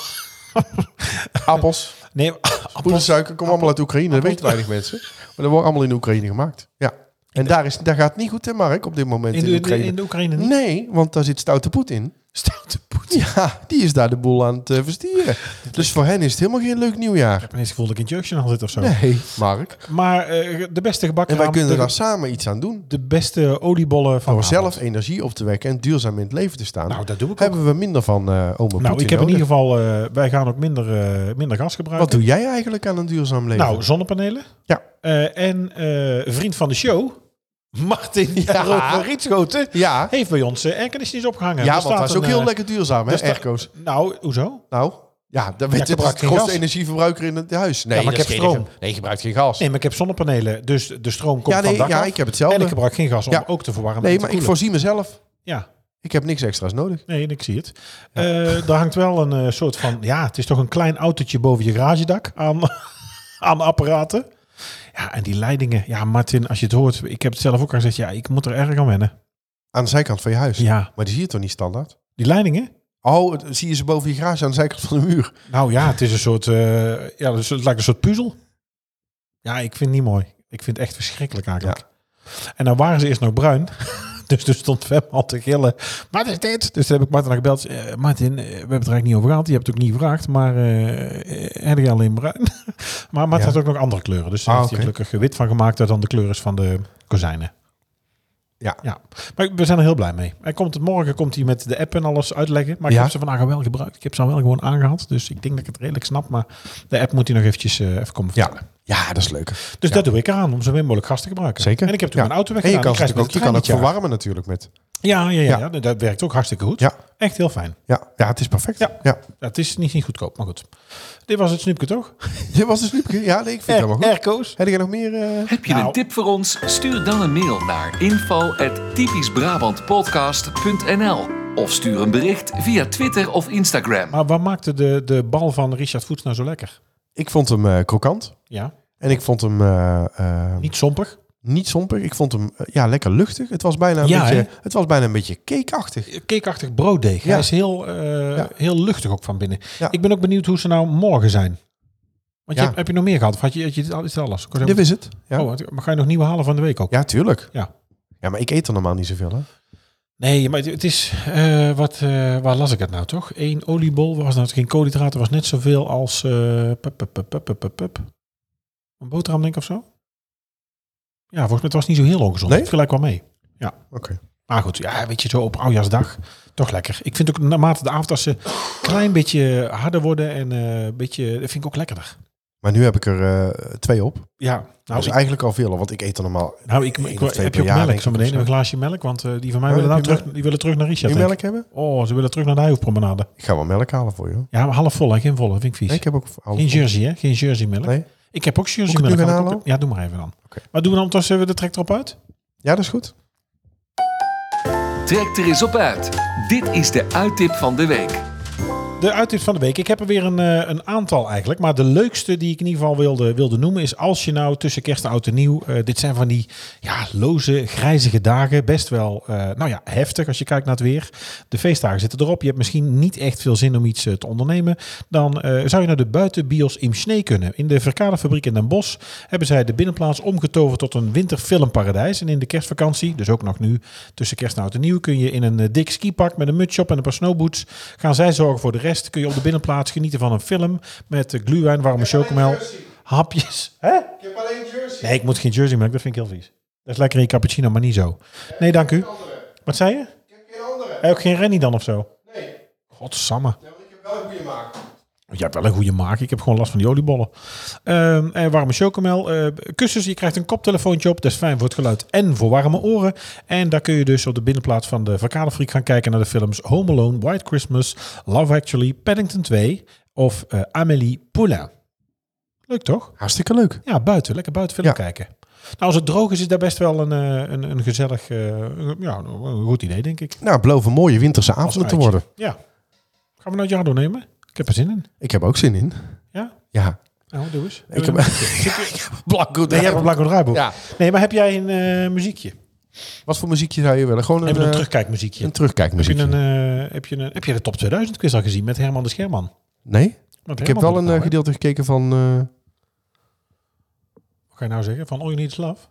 Appels, [LAUGHS] Nee, appels. poedersuiker, kom allemaal uit Oekraïne. Dat weten weinig mensen. Maar dat wordt allemaal in Oekraïne gemaakt. Ja. En daar, is, daar gaat het niet goed, hè, Mark, op dit moment In in, de, in de- Oekraïne. in de Oekraïne niet. Nee, want daar zit Stoute Poet in. Stoute poet. Ik Ja, die is daar de boel aan het eh, verstieren. Dus voor hen is het helemaal geen leuk nieuwjaar. heb ineens het gevoel dat ik in Jurkje al zit of zo. Nee, Mark. Maar eh, de beste gebakken En wij kunnen de, daar samen iets aan doen. de beste oliebollen van Door Brabant. zelf energie op te wekken en duurzaam in het leven te staan. Nou, dat doe ik ook. hebben we minder van eh oma Nou, Poetin ik heb in nodig. ieder geval, eh, wij gaan ook minder, eh, minder gas gebruiken. Wat doe jij eigenlijk aan een duurzaam leven? Nou, zonnepanelen. Ja. Eh, en eh, vriend van de show, [LAUGHS] Martin ja. Ja. van Rietschoten, ja, heeft bij ons eh airconditionings ja opgehangen. Er want staat dat is een, ook heel eh, lekker duurzaam, hè, er staat- airco's. Nou, hoezo? Nou, ja, dan weet je, dat gebruik is het geen grootste gas. energieverbruiker in het huis. Nee, maar ik dat heb is geen- stroom. Nee, je gebruikt geen gas. Nee, maar ik heb zonnepanelen, dus de stroom ja, komt nee, van het dak ja, af. ik heb En ik hetzelfde. gebruik geen gas om Ja. ook te verwarmen Nee, en te maar ik koelen. voorzie mezelf. Ja, Ik heb niks extra's nodig. nee, ik zie het. Eh daar hangt wel een eh, soort van, ja, het is toch een klein autootje boven je garagedak aan, [LAUGHS] aan apparaten. Ja, en die leidingen. Ja, Martin, als je het hoort, ik heb het zelf ook al gezegd, ja, ik moet er erg aan wennen. Aan de zijkant van je huis. Ja, Maar die zie je toch niet standaard? die leidingen. Oh, het- zie je ze boven je garage aan de zijkant van de muur. Nou ja, het is een soort. eh, ja, dus het lijkt een soort puzzel. Ja, ik vind het niet mooi. Ik vind het echt verschrikkelijk eigenlijk. En dan waren ze eerst nog bruin. [LAUGHS] Dus toen stond Fem al te gillen. Wat is dit? Dus toen heb ik Martin al gebeld. Eh, Martin, eh, we hebben het er eigenlijk niet over gehad. Je hebt het ook niet gevraagd. Maar eh, eh, heb je alleen bruin? [LAUGHS] maar Martin Ja. had ook nog andere kleuren. Dus daar Ah, heeft hij oké. gelukkig wit van gemaakt. Dat dan de kleur is van de kozijnen. Ja. ja. Maar we zijn er heel blij mee. Hij komt, morgen komt hij met de app en alles uitleggen. Maar ik Ja. heb ze vandaag al wel gebruikt. Ik heb ze al wel gewoon aangehad. Dus ik denk dat ik het redelijk snap. Maar de app moet hij nog eventjes eh, even komen vertellen. Ja. ja, dat is leuk. Dus Ja. dat doe ik eraan. Om zo min mogelijk gas te gebruiken. Zeker. En ik heb toen Ja. mijn auto En je kan weggedaan. Ik ze krijg natuurlijk ook, je kan met ook de trein dit verwarmen natuurlijk met. jaar. Ja, ja, ja, Ja. ja, dat werkt ook hartstikke goed. Ja. Echt heel fijn. Ja, ja het is perfect. Ja. Ja. Ja, het is niet, niet goedkoop, maar goed. Dit was het snoepje, toch? Je was dus Liepke? Ja, nee, ik vind het [LAUGHS] helemaal goed. Erko's. Heb jij nog meer? eh? Heb je Nou. een tip voor ons? Stuur dan een mail naar info.typischbrabantpodcast.nl of stuur een bericht via Twitter of Instagram. Maar wat maakte de, de bal van Richard Voets nou zo lekker? Ik vond hem eh, krokant. Ja, En ik vond hem eh, eh, niet sompig. niet somper. Ik vond hem eh, ja, lekker luchtig. Het was bijna een, Ja, beetje, hè? het was bijna een beetje cakeachtig. Cakeachtig brooddeeg. Ja. Hij is heel, eh, Ja. heel luchtig ook van binnen. Ja. Ik ben ook benieuwd hoe ze nou morgen zijn. Want Ja. je, hebt- heb je nog meer gehad? Of had je, had je dit al- is dit alles? Ik Dit was helemaal- is het. Ja, Oh, wat- maar ga je nog nieuwe halen van de week ook? ja tuurlijk. Ja. ja, maar ik eet er normaal niet zoveel. Hè? Nee, maar het, het is... eh, wat, eh, waar las ik het nou toch? Eén oliebol was nou geen koolhydraten. was net zoveel als... eh, pup, pup, pup, pup, pup, pup, pup. Een boterham denk ik of zo? Ja, volgens mij het was niet zo heel ongezond. Nee? Het viel eigenlijk wel mee. Oké. Maar goed, ja, weet je, zo op oudjaarsdag toch lekker. Ik vind ook naarmate de avondassen klein beetje harder worden en eh, een beetje, dat vind ik ook lekkerder. Maar nu heb ik er eh, twee op. Ja, dat nou, is ik, eigenlijk al veel, want Dus ik eet er normaal. nou ik, één ik, of twee heb per je ook jaar, melk denk zo ik, meteen, of een zo. glaasje melk, want eh, die van mij Oh, willen nou heb je terug, die willen terug naar Wil Richard. je denk melk hebben? ik. Oh, ze willen terug naar de Hoofdpromenade. Ik ga wel melk halen voor je. hoor. Ja, maar half vol, hè? geen volle, vind ik vies. Nee, ik heb ook half- geen jersey, hè? Geen jersey melk. Nee? Ik heb ook jersey Moet ik het melk. nu gaan Had ik halen ook- Ja, doe maar even dan. Oké. Maar doen we dan tussen we de trek erop uit? Ja, dat is goed. Trek er eens op uit. Dit is de uittip van de week. De uittip van de week. Ik heb er weer een, eh, een aantal eigenlijk. Maar de leukste die ik in ieder geval wilde, wilde noemen is als je nou tussen kerst en oud en nieuw... eh, dit zijn van die ja, loze, grijzige dagen. Best wel, eh, nou ja, heftig als je kijkt naar het weer. De feestdagen zitten erop. Je hebt misschien niet echt veel zin om iets eh, te ondernemen. Dan eh, zou je naar de buitenbios in Snee kunnen. In de Verkadefabriek in Den Bosch hebben zij de binnenplaats omgetoverd tot een winterfilmparadijs. En in de kerstvakantie, dus ook nog nu tussen kerst en oud en nieuw... kun je in een eh, dik skipak met een mutsje op en een paar snowboots... gaan zij zorgen voor de rest. Kun je op de binnenplaats genieten van een film... met eh, glühwein, warme chocomel, hapjes. Hè? Ik heb alleen jersey. Nee, ik moet geen jersey maken. Dat vind ik heel vies. Dat is lekker in je cappuccino, maar niet zo. Nee, dank u. Wat zei je? Geen andere. Hij ook geen Rennie dan of zo? Nee. Godsamme. Ik heb wel een goede maak. Je hebt wel een goede maak. Ik heb gewoon last van die oliebollen. Ehm, en warme chocomel. eh, kussens. Je krijgt een koptelefoontje op. Dat is fijn voor het geluid en voor warme oren. En daar kun je dus op de binnenplaats van de Verkadefabriek gaan kijken naar de films Home Alone, White Christmas, Love Actually, Paddington 2 of eh, Amélie Poulain. Leuk toch? Hartstikke leuk. Ja, buiten. Lekker buiten film Ja. kijken. Nou, als het droog is, is daar best wel een, eh, een, een gezellig, eh, ja, een goed idee, denk ik. Nou, het beloven mooie winterse avonden te uitje. worden. Ja. Gaan we nou Jardo nemen? Ik heb er zin in. Ik heb er ook zin in. Ja? Ja. Nou, doe eens. Ik [LAUGHS] heb, Blanco Nee, jij hebt een blanco draaiboek. Ja. Nee, maar heb jij een eh, muziekje? Wat voor muziekje zou je willen? Gewoon een, Hebben we een eh, terugkijkmuziekje? een Heb je, terugkijkmuziekje. een, eh, heb, je een, heb je de top 2000 quiz al gezien met Herman de Scherman? nee? Want Ik heb wel Herman doet een het nou, eh, hè? gedeelte gekeken van... eh, Wat ga je nou zeggen? Van All You Need Is Love?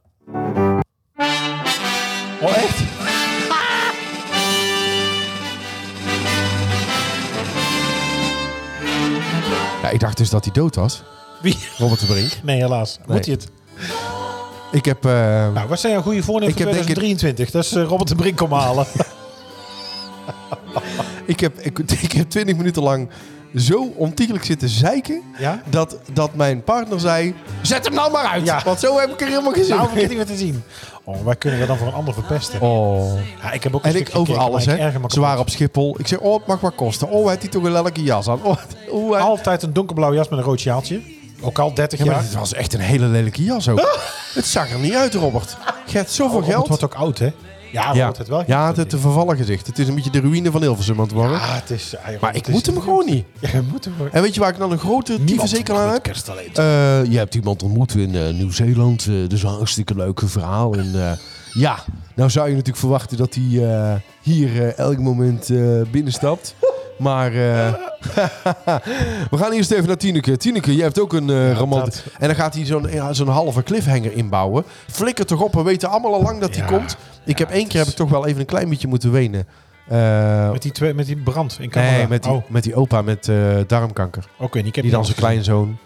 Oh, echt? ja, ik dacht dus dat hij dood was. Wie? [LAUGHS] Robert de Brink. Nee, helaas. Moet hij het? Ik heb... eh, Nou, wat zijn jouw goede voornemens Ik voor heb denk ik- 2023? Dat is eh, Robert de Brink komen [LAUGHS] halen. ik, heb, ik, [LAUGHS] ik heb 20 minuten lang zo ontiegelijk zitten zeiken... ja? Dat, dat mijn partner zei... Zet hem nou maar uit! Ja. Want zo heb ik er helemaal gezien. Nou, vergeet ik weer te zien. Oh, wij kunnen we dan voor een ander verpesten. oh. Ja, ik heb ook een En ik stukje over gekeken, alles, maar ik erger hè. me Ze waren kapot. op Schiphol. Ik zei, oh, het mag wat kosten. Oh, heeft hij toch een lelijke jas aan. Oh, het- oh, hij- Altijd een donkerblauw jas met een rood sjaaltje. Ook al 30 Ja, maar jaar. dit was echt een hele lelijke jas ook. [LAUGHS] het zag er niet uit, Robert. Je hebt zoveel Robert geld. Oh, wordt ook oud, hè? Ja, Robert ja, wordt het wel. ja het, het vervallen gezicht. Het is een beetje de ruïne van Hilversum aan het worden. Ah, het is, ah, joh, maar ik het is- moet hem gewoon niet. [LAUGHS] Ja, je moet hem gewoon. En weet je waar ik dan een grote Niemand tyfushekel aan moet heb? kerst alleen. Eh, je hebt iemand ontmoet in eh, Nieuw-Zeeland. eh dat is een hartstikke leuk verhaal. En, eh, ja, nou zou je natuurlijk verwachten dat hij eh, hier eh, elk moment eh, binnenstapt. Maar eh, [LAUGHS] we gaan eerst even naar Tineke. Tineke, jij hebt ook een eh romant- dat- En dan gaat hij zo'n ja, zo'n halve cliffhanger inbouwen. Flikker toch op, we weten allemaal al lang dat hij Ja, komt. Ik ja, heb één het keer is- heb ik toch wel even een klein beetje moeten wenen. Eh, Met die, twee, met die brand in Canada. nee, met die, Oh, met die opa met eh, darmkanker. oké, ik heb Die dan zijn klein. kleinzoon.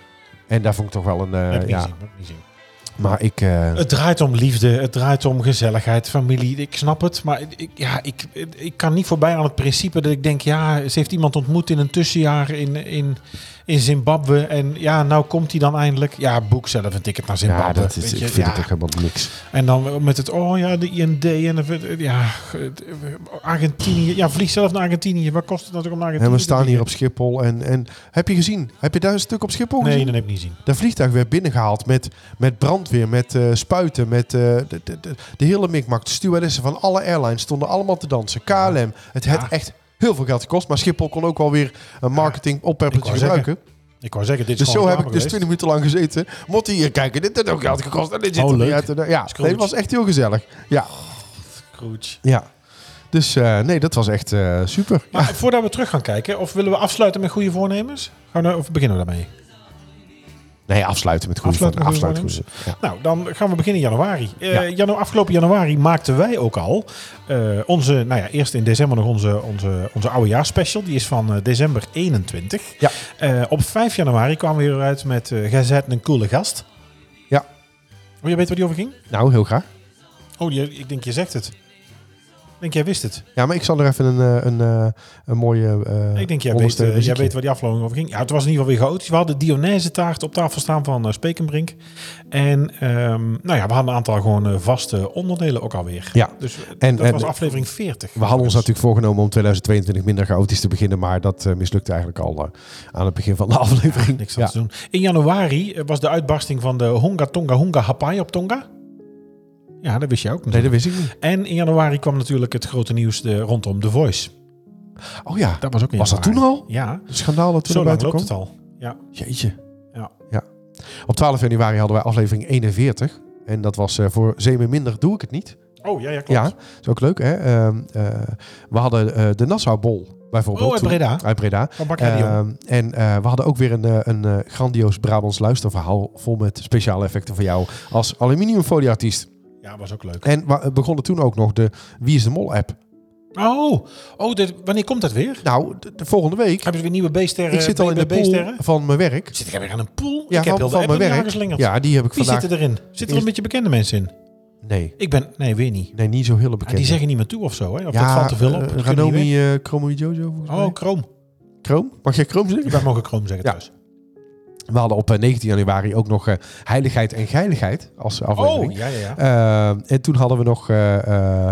En daar vond ik toch wel een... eh, Heb ik niet ja. gezien, heb ik niet gezien. Maar ik... eh, Het draait om liefde, het draait om gezelligheid, familie. Ik snap het, maar ik, ja, ik, ik kan niet voorbij aan het principe dat ik denk... ja, ze heeft iemand ontmoet in een tussenjaar in, in, in Zimbabwe... en ja, nou komt hij dan eindelijk. Ja, boek zelf een ticket naar Zimbabwe. ja, dat is, weet ik je, vind ja. het ook helemaal niks. En dan met het, oh ja, de IND en de, ja, Argentinië. Ja, vlieg zelf naar Argentinië. Waar kost het natuurlijk om naar Argentinië En we te staan hier vliegen? op Schiphol. En, en heb je gezien? Heb je daar een stuk op Schiphol gezien? Nee, dat heb ik niet zien. Dat vliegtuig werd binnengehaald met, met brandweer, met eh, spuiten, met eh, de, de, de, de hele mikmak. De stewardessen van alle airlines stonden allemaal te dansen. KLM. Het had Ja. echt heel veel geld gekost. Maar Schiphol kon ook wel weer een marketing ik opperpertje wou gebruiken. Ik wou zeggen, dit is Dus zo gewoon heb ik reclame dus 20 minuten lang gezeten. Mocht hier kijken, dit heeft ook geld gekost. En dit zit Oh, er niet leuk. uit. En, eh, Ja, Scrooge. nee, het was echt heel gezellig. Ja, geweest. Scrooge. ja. Dus eh, nee, dat was echt eh, super. Maar voordat we terug gaan kijken, of willen we afsluiten met goede voornemens? Gaan we, of beginnen we daarmee? Nee, afsluiten met goede Afsluiten van. met Afsluiten goede met goede- Nou, dan gaan we beginnen in januari. Eh, Ja. janu- afgelopen januari maakten wij ook al eh, onze, nou ja, eerst in december nog onze, onze, onze oudejaarspecial. Die is van eh, december 21. Ja. Eh, op 5 januari kwamen we weer uit met eh Gezet en een coole gast. Ja. Oh, je weet waar die over ging? ja. Nou, heel graag. Oh, je, ik denk je zegt het. Ik denk jij wist het. Ja, maar ik zal er even een, eh, een, eh, een mooie. eh, ik denk jij weet, onderste eh, jij muziekje. weet waar die aflevering over ging. Ja, het was in ieder geval weer chaotisch. We hadden Dionese taart op tafel staan van eh, Spekenbrink. En ehm, nou ja, we hadden een aantal gewoon eh, vaste onderdelen ook alweer. Ja. Dus eh, En- dat en- was aflevering 40. We hadden ons natuurlijk voorgenomen om 2022 minder chaotisch te beginnen, maar dat eh, mislukte eigenlijk al eh, aan het begin van de aflevering. niks aan te doen. In januari eh, was de uitbarsting van de Honga Tonga Honga Hapai op Tonga. Ja, dat wist jij ook Nee, natuurlijk. dat wist ik niet. En in januari kwam natuurlijk het grote nieuws eh, rondom The Voice. Oh ja, Dat was ook in was dat toen januari. al? Ja, Het schandaal dat toen zo naar lang buiten loopt kwam? het al. Ja. Jeetje. Ja. ja. Op 12 januari hadden wij aflevering 41. En dat was eh, voor Zeemeer Minder Doe Ik Het Niet. Oh, ja, ja, klopt. Ja, is ook leuk hè. Ehm, eh, we hadden eh, de Nassau-bol bijvoorbeeld. Oh, uit toen. Breda. Uit Breda. Van Bakker die om. Ehm, en eh, we hadden ook weer een, eh, een eh, grandioos Brabants luisterverhaal vol met speciale effecten voor jou als aluminiumfolieartiest. Ja, was ook leuk. En wa- we begonnen toen ook nog de Wie is de Mol app. Oh, oh dit- wanneer komt dat weer? Nou, de, de volgende week. Hebben ze weer nieuwe B-sterren? Ik zit al in de pool B-sterren? van mijn werk. Zit ik weer aan een pool? Ja, ik heb van, heel van veel mijn werk. aangeslingerd. Ja, die heb ik Wie vandaag. zitten erin? Zitten er een beetje bekende mensen in? Nee, Ik ben... Nee, weer niet. nee, niet zo heel Ah, bekend. die zeggen niet meer toe of zo, hè? Of dat valt te veel op. eh, Dat kunnen niet Ranomi, eh, Chromo Jojo. volgens weg. mij. [LAUGHS] oh, Kroom. Chroom? Mag jij Chroom zeggen? Wij mogen Kroom zeggen Ja. thuis. We hadden op eh, 19 januari ook nog eh, Heiligheid en Geiligheid als aflevering. Oh, ja, ja, ja. Eh, en toen hadden we nog eh,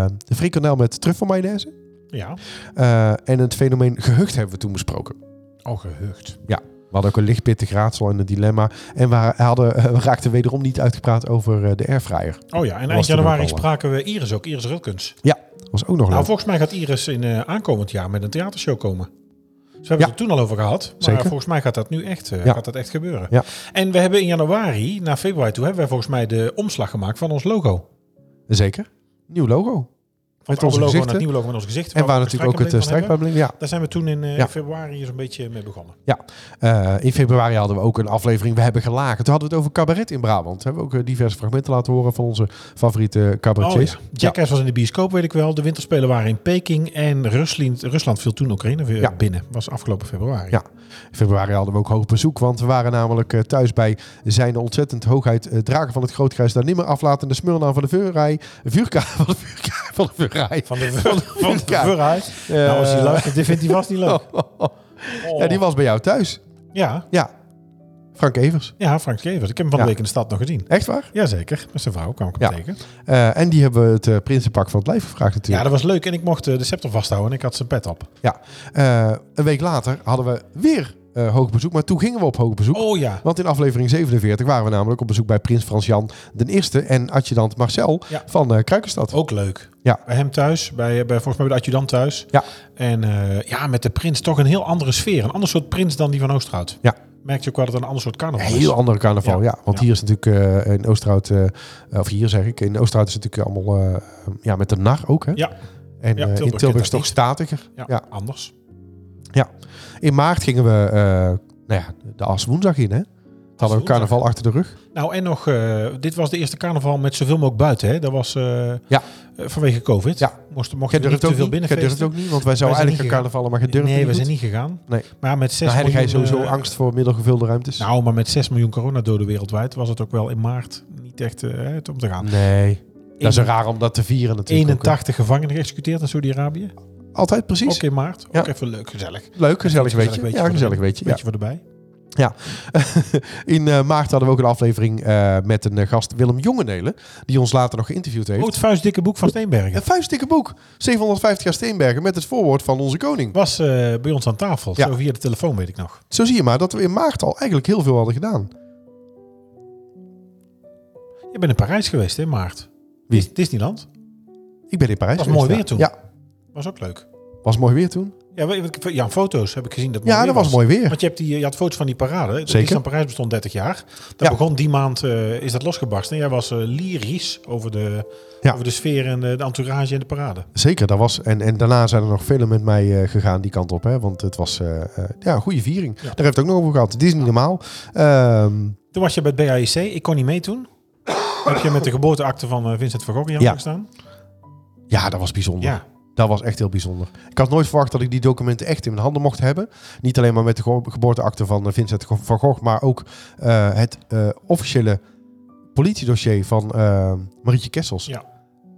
eh, de frikandel met truffelmayonaise. ja. Eh, en het fenomeen gehucht hebben we toen besproken. Oh, geheugd. We hadden ook een lichtpittig raadsel en een dilemma. En we, hadden, eh, we raakten wederom niet uitgepraat over eh, de airfryer. Oh ja, en toen eind ook al, januari hè? spraken we Iris ook, Iris Rutgens. Ja, was ook nog Nou, leuk. volgens mij gaat Iris in eh, aankomend jaar met een theatershow komen. Dus we hebben Ja. het er toen al over gehad. Maar Zeker. volgens mij gaat dat nu echt, eh, Ja. gaat dat echt gebeuren. Ja. En we hebben in januari, naar februari toe, hebben wij volgens mij de omslag gemaakt van ons logo. Zeker. Nieuw logo. Van Met onze oude logo naar het gezichten. nieuwe logo met ons gezicht. En waar natuurlijk ook het eh, strijkpaar. strijkpijpling. Ja. Daar zijn we toen in eh, Ja. februari zo'n beetje mee begonnen. Ja, Eh, in februari hadden we ook een aflevering. We hebben gelagen. Toen hadden we het over cabaret in Brabant. Hebben we ook eh, diverse fragmenten laten horen van onze favoriete Oh, ja. cabaretiers. Jackass was in de bioscoop, weet ik wel. De winterspelen waren in Peking. En Rusland, Rusland viel toen Oekraïne weer Ja. binnen. was afgelopen februari. Ja. In februari hadden we ook hoog bezoek, want we waren namelijk eh, thuis bij zijn ontzettend hoogheid eh, drager van het Grootgrijs daar nimmer aflatende smulnaam van de vuurrij, vuurka [LAUGHS] van de vuurka van de vuurrij. Van de, [LAUGHS] van, van de [LAUGHS] Ja. Eh, Oh. Verhuis. Nou, als [LAUGHS] hij luistert, dit vindt hij vast niet leuk. Ja, die was bij jou thuis. Ja, Ja. Frank Evers. Ja, Frank Gevers. Ik heb hem van de Ja. week in de stad nog gezien. Echt waar? Jazeker, met zijn vrouw kwam ik hem Ja. tegen. Eh, en die hebben we het eh, Prinsenpak van het lijf gevraagd Ja, natuurlijk. dat was leuk. En ik mocht eh, de scepter vasthouden en ik had zijn pet op. Ja. Eh, een week later hadden we weer eh, hoog bezoek, maar toen gingen we op hoog bezoek. Oh ja. Want in aflevering 47 waren we namelijk op bezoek bij Prins Frans-Jan den Eerste en adjudant Marcel Ja. van eh Kruikenstad. Ook leuk. Ja. Bij hem thuis, bij, bij, volgens mij bij de adjudant thuis. Ja. En eh, ja, met de prins toch een heel andere sfeer. Een ander soort prins dan die van Oosterhout. Ja. Merk je ook wel dat het een ander soort carnaval Een is. heel andere carnaval, Ja. ja. Want Ja. hier is natuurlijk eh, in Oosterhout, eh, of hier zeg ik, in Oosterhout is het natuurlijk allemaal eh, ja, met de nar ook. Hè? Ja, en eh, ja, Tilburg in kent Tilburg dat is toch niet. statiger. ja, Ja. anders. In maart gingen we eh, nou ja, de as woensdag in, hè? Toen hadden we Woensdag. carnaval achter de rug. Nou, en nog, eh, dit was de eerste carnaval met zoveel mogelijk buiten. Hè? Dat was eh, Ja. eh, vanwege COVID. Ja. Mocht, mocht Jij je durft niet te ook veel niet, Jij binnenfeesten. durft ook niet, want wij zouden zijn eigenlijk niet gaan carnavallen, maar je durft nee, niet. we zijn goed. niet gegaan. Nee. Maar met 6 Nou, heb jij miljoen, sowieso eh, angst voor middelgevulde ruimtes? Nou, maar met 6 miljoen coronadoden wereldwijd was het ook wel in maart niet niet echt eh, het om te gaan. Nee. Dat is raar om dat te vieren natuurlijk. ook, hè. 81 gevangenen geëxecuteerd in Saudi-Arabië. Altijd precies. Ook in maart. Ja. Ook even leuk, gezellig. Leuk, gezellig weetje. Ja, voor de- gezellig weetje. Ja. Beetje voor erbij. In eh, maart hadden we ook een aflevering eh, met een eh, gast, Willem Jongenelen, die ons later nog geïnterviewd heeft. Oh, het vuistdikke boek van Steenbergen. Een vuistdikke boek, 750 jaar Steenbergen, met het voorwoord van onze koning. Was eh, bij ons aan tafel. Ja. Zo via de telefoon weet ik nog. Zo zie je maar dat we in maart al eigenlijk heel veel hadden gedaan. Je bent in Parijs geweest hè, in maart. Wie? Dis- Disneyland. Ik ben in Parijs. Was geweest, mooi ja. weer toen. Ja, Was ook leuk. was mooi weer toen. Ja, we- we- ja, foto's heb ik gezien. Dat het Ja, mooi dat weer was mooi weer. Want je, hebt die, eh, je had foto's van die parade. Zeker. Zeker. Disneyland Parijs bestond 30 jaar. Dat Ja. begon die maand, eh, is dat losgebarsten. En jij was eh, lyrisch over de, Ja. over de sfeer en de, de entourage en de parade. Zeker, dat was. En, en daarna zijn er nog velen met mij eh, gegaan die kant op. Hè, want het was eh, eh, ja, een goede viering. Daar heeft het ook nog over gehad. Dit is niet normaal. Ehm, Toen was je bij het BAIC. Ik kon niet mee toen. heb je met de geboorteakte van eh, Vincent van Gogh hier Ja. gestaan? ja, dat was bijzonder. Ja. Dat was echt heel bijzonder. Ik had nooit verwacht dat ik die documenten echt in mijn handen mocht hebben. Niet alleen maar met de ge- geboorteakte van eh, Vincent Go- van Gogh, maar ook eh, het eh, officiële politiedossier van eh, Marietje Kessels. Ja.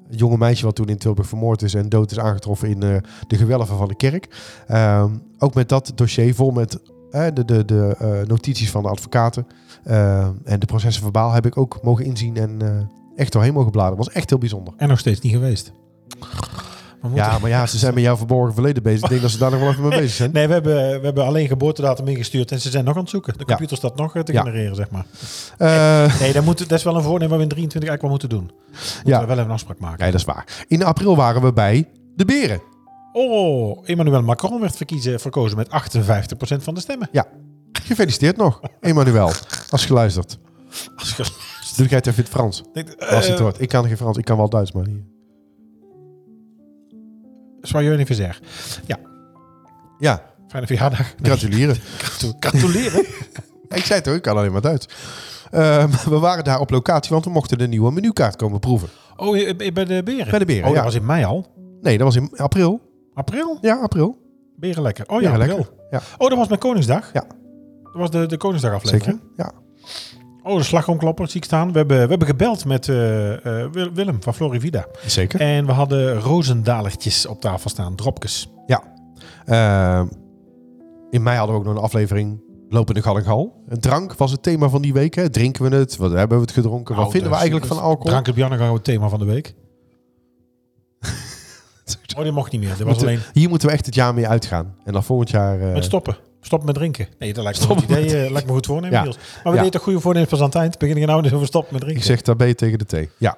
Het jonge meisje wat toen in Tilburg vermoord is en dood is aangetroffen in eh, de gewelven van de kerk. Ehm, ook met dat dossier vol met eh, de, de, de eh, notities van de advocaten. Ehm, en de processen verbaal heb ik ook mogen inzien en eh, echt doorheen mogen bladeren. was echt heel bijzonder. En nog steeds niet geweest. We moeten- Ja, maar ja, ze zijn met jouw verborgen verleden bezig. Ik denk dat ze daar nog wel even mee bezig zijn. [LAUGHS] Nee, we hebben, we hebben alleen geboortedatum ingestuurd en ze zijn nog aan het zoeken. De Ja. computer staat nog eh, te Ja. genereren, zeg maar. Eh, Nee, dat, moet, dat is wel een voornemen waar we in 23 eigenlijk wel moeten doen. Moeten Ja. we wel even een afspraak maken. nee, dat is waar. In april waren we bij de Beren. Oh, Emmanuel Macron werd verkiezen, verkozen met 58% van de stemmen. Ja. Gefeliciteerd nog, Emmanuel. Als geluisterd. Als je- Doe jij het even in het Frans. Denk- Als het Eh, hoort. Ik kan geen Frans, ik kan wel Duits, maar niet. Soyeux anniversaire. Ja, Ja, fijne verjaardag. [LAUGHS] gratuleren. Gratuleren. [LAUGHS] Ik zei het ook, ik kan alleen maar Duits. Eh, [LAUGHS] we waren daar op locatie, want we mochten de nieuwe menukaart komen proeven. Oh, je- je- bij de beren. Bij de beren, Oh, ja. dat was in mei al. Nee, dat was in april. April? Ja, april. Beren lekker. Oh ja, Ja, april. lekker. Ja, Oh, dat was mijn Koningsdag. Ja. Dat was de, de Koningsdag aflevering. zeker. Ja. Oh, de slagroomklopper zie ik staan. We hebben, we hebben gebeld met eh, eh, Wil- Willem van Florivida. Zeker. En we hadden rozendalertjes op tafel staan, dropjes. Ja. Ehm, in mei hadden we ook nog een aflevering Lopende Gallengal. Een drank was het thema van die week. Hè? Drinken we het? Wat hebben we het gedronken? Wat Nou, vinden we dus- eigenlijk van alcohol? Drank op Jannegaal, het thema van de [LAUGHS] week. Oh, die mocht niet meer. Dat was Moeten- alleen Hier moeten we echt het jaar mee uitgaan. En dan volgend jaar... eh, met stoppen. Stop met drinken. Nee, dat lijkt me een goed idee. eh, lijkt me goed voornemen, Ja. Niels. Maar we Ja. deden toch goede voornemens pas aan het eind. Beginnen we nou dus over stoppen met ik drinken. [LAUGHS] zeg tabé tegen de thee. Ja.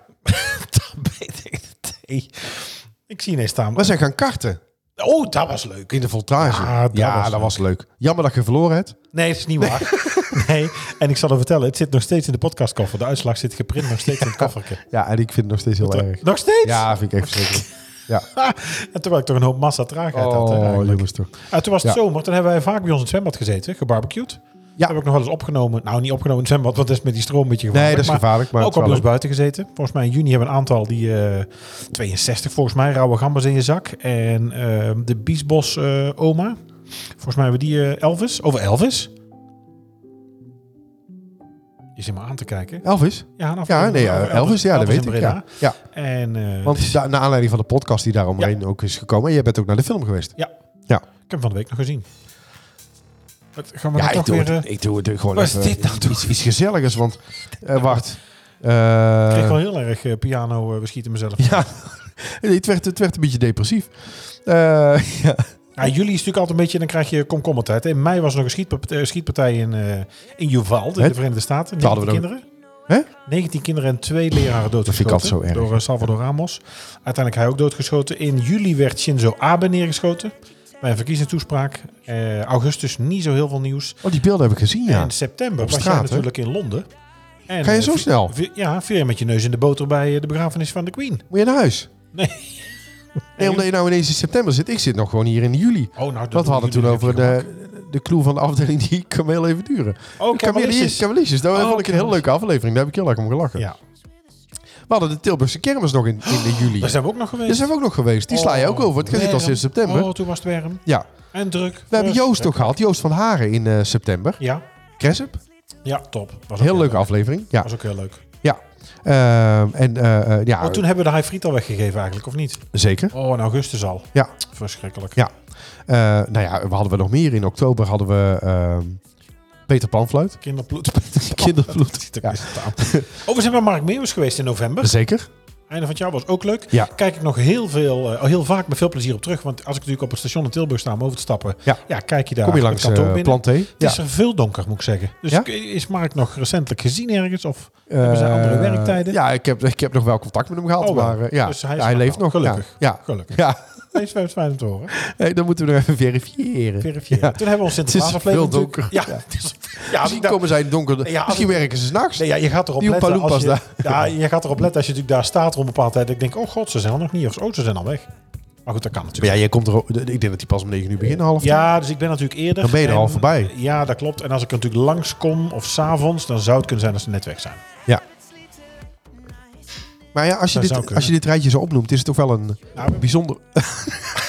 Ik zie ineens staan. We zijn gaan karten Oh, dat was leuk. in de voltage. Ah, dat ja, was dat leuk. was leuk. Jammer dat je verloren hebt. Nee, dat is niet [LAUGHS] waar. Nee, en ik zal het vertellen. Het zit nog steeds in de podcastkoffer. De uitslag zit geprint nog steeds in het koffertje. Ja, en ik vind het nog steeds heel erg. Nog steeds? Ja, vind ik echt verschrikkelijk. [LAUGHS] En terwijl ik toch een hoop massa traagheid had. eh, hè, Oh, eigenlijk. jongens toch. En Ah, toen was het Ja. zomer. Toen hebben wij vaak bij ons in het zwembad gezeten. Gebarbecued. Ja. Heb ik nog wel eens opgenomen. Nou, niet opgenomen in het zwembad. Want dat is met die stroom een beetje Nee, gevaarlijk. dat is gevaarlijk. Maar Maar ook het al is bij wel ons buiten gezeten. Volgens mij in juni hebben we een aantal die eh, 62 volgens mij rauwe gambas in je zak en eh, de Biesbos eh, oma. Volgens mij hebben we die eh, Elvis. Over Elvis. Je zit maar aan te kijken. Elvis? Ja, nou, Ja, nee, over ja, Elvis. Ja, dat weet ik. Ja. ja. En eh, Want da- naar aanleiding van de podcast die daar omheen ook is gekomen. En jij bent ook naar de film geweest. ja, Ja. ik heb hem van de week nog gezien. Wat, gaan we Ja, nou ik toch doe, weer? het, eh, ik doe het gewoon Wat is even dit nou toch? iets, iets gezelligers, want... eh wacht. Eh, ik kreeg wel heel erg eh, piano eh, we schieten mezelf. [LAUGHS] ja, het werd, het werd een beetje depressief. Eh, [LAUGHS] ja. Ja, juli is natuurlijk altijd een beetje, dan krijg je komkommertijd. In mei was er nog een schietpartij, eh, schietpartij in, eh in Uvalde, in Hè? de Verenigde Staten. Daar hadden 19 we kinderen. Hè? 19 kinderen en twee leraren vind ik doodgeschoten. altijd zo erg. Door eh, Salvador Ramos. Uiteindelijk hij ook doodgeschoten. In juli werd Shinzo Abe neergeschoten. Bij een verkiezingstoespraak. Eh, augustus niet zo heel veel nieuws. Oh, die beelden heb ik gezien, ja. En in september Op was straat, jij hè? natuurlijk in Londen. En, Ga je eh, zo vi- snel? vi- ja, veer je met je neus in de boter bij eh, de begrafenis van de Queen. Moet je naar huis? Nee. Nee, omdat je nou ineens in september zit. Ik zit nog gewoon hier in juli. Oh, nou, Dat we hadden toen jullie over hebben de, de clue van de afdeling die kan wel even duren. Oh, Kamelisjes. Kamelisjes. Kamelisjes. Dat Oh, vond ik een hele Kamelisjes. leuke aflevering. Daar heb ik heel erg om gelachen. Ja, We hadden de Tilburgse kermis nog in, in de juli. daar Dus zijn we ook nog geweest. zijn we ook nog geweest. Die sla je ook over. Het zit al Warm. sinds september. Oh, toen was het warm. Ja. En druk. We hebben Joost ook gehad. Joost van Haren in eh, september. Ja, Cressup. ja top. Was ook Heel heel leuke aflevering. Ja. Was ook heel leuk. ja. Ehm, en eh, eh, ja, Oh, toen hebben we de high friet al weggegeven eigenlijk, of niet? zeker. Oh, in augustus al. Ja. Verschrikkelijk. Ja. Eh, nou ja, we hadden we nog meer. In oktober hadden we ehm, Peter Panfluit. [LAUGHS] Kinderbloed. Kinderbloed. Ja. Oh, we zijn bij Mark Meeuwis geweest in november. Zeker. Einde van het jaar was ook leuk. Ja. Kijk ik nog heel veel, eh, heel vaak met veel plezier op terug. Want als ik natuurlijk op het station in Tilburg sta om over te stappen, Ja. kijk je daar Kom je het langs kantoor eh binnen. Planté. Het is er veel donker, moet ik zeggen. Dus Ja? k- is Mark nog recentelijk gezien ergens? Of hebben ze andere Eh, werktijden? Ja, ik heb, ik heb nog wel contact met hem gehad. Oh, wel. maar eh, ja, Dus hij is Ja, hij nog leeft wel. nog. Gelukkig. Ja, [LAUGHS] ja. Gelukkig. [LAUGHS] Ja. Dat is wel fijn om te horen. Hey, dan moeten we nog even verifiëren. Verifiëren. Ja. Toen hebben we ons is Sinterklaas aflevering veel natuurlijk- donker. Ja, Ja. het is- Misschien ja, komen zij in het donker. Ja, als Misschien ik- werken ze s'nachts. Nee, ja, je gaat erop Die letten. Als je, Oompa Loompas Ja, je gaat erop letten als je natuurlijk daar staat rond een bepaalde tijd. Ik denk, oh god, ze zijn er nog niet. Of oh, ze zijn al weg. Maar goed, dat kan Maar natuurlijk. ja, jij komt er. ook- Ik denk dat die pas om 9 uur beginnen, half tien. Ja, dus ik ben natuurlijk eerder. Dan ben je er En- al voorbij. Ja, dat klopt. En als ik er natuurlijk langskom of s'avonds, dan zou het kunnen zijn dat ze net weg zijn. Ja. Maar ja, als je, Dat dit, zou kunnen. als je dit rijtje zo opnoemt, is het toch wel een Nou, we- bijzonder,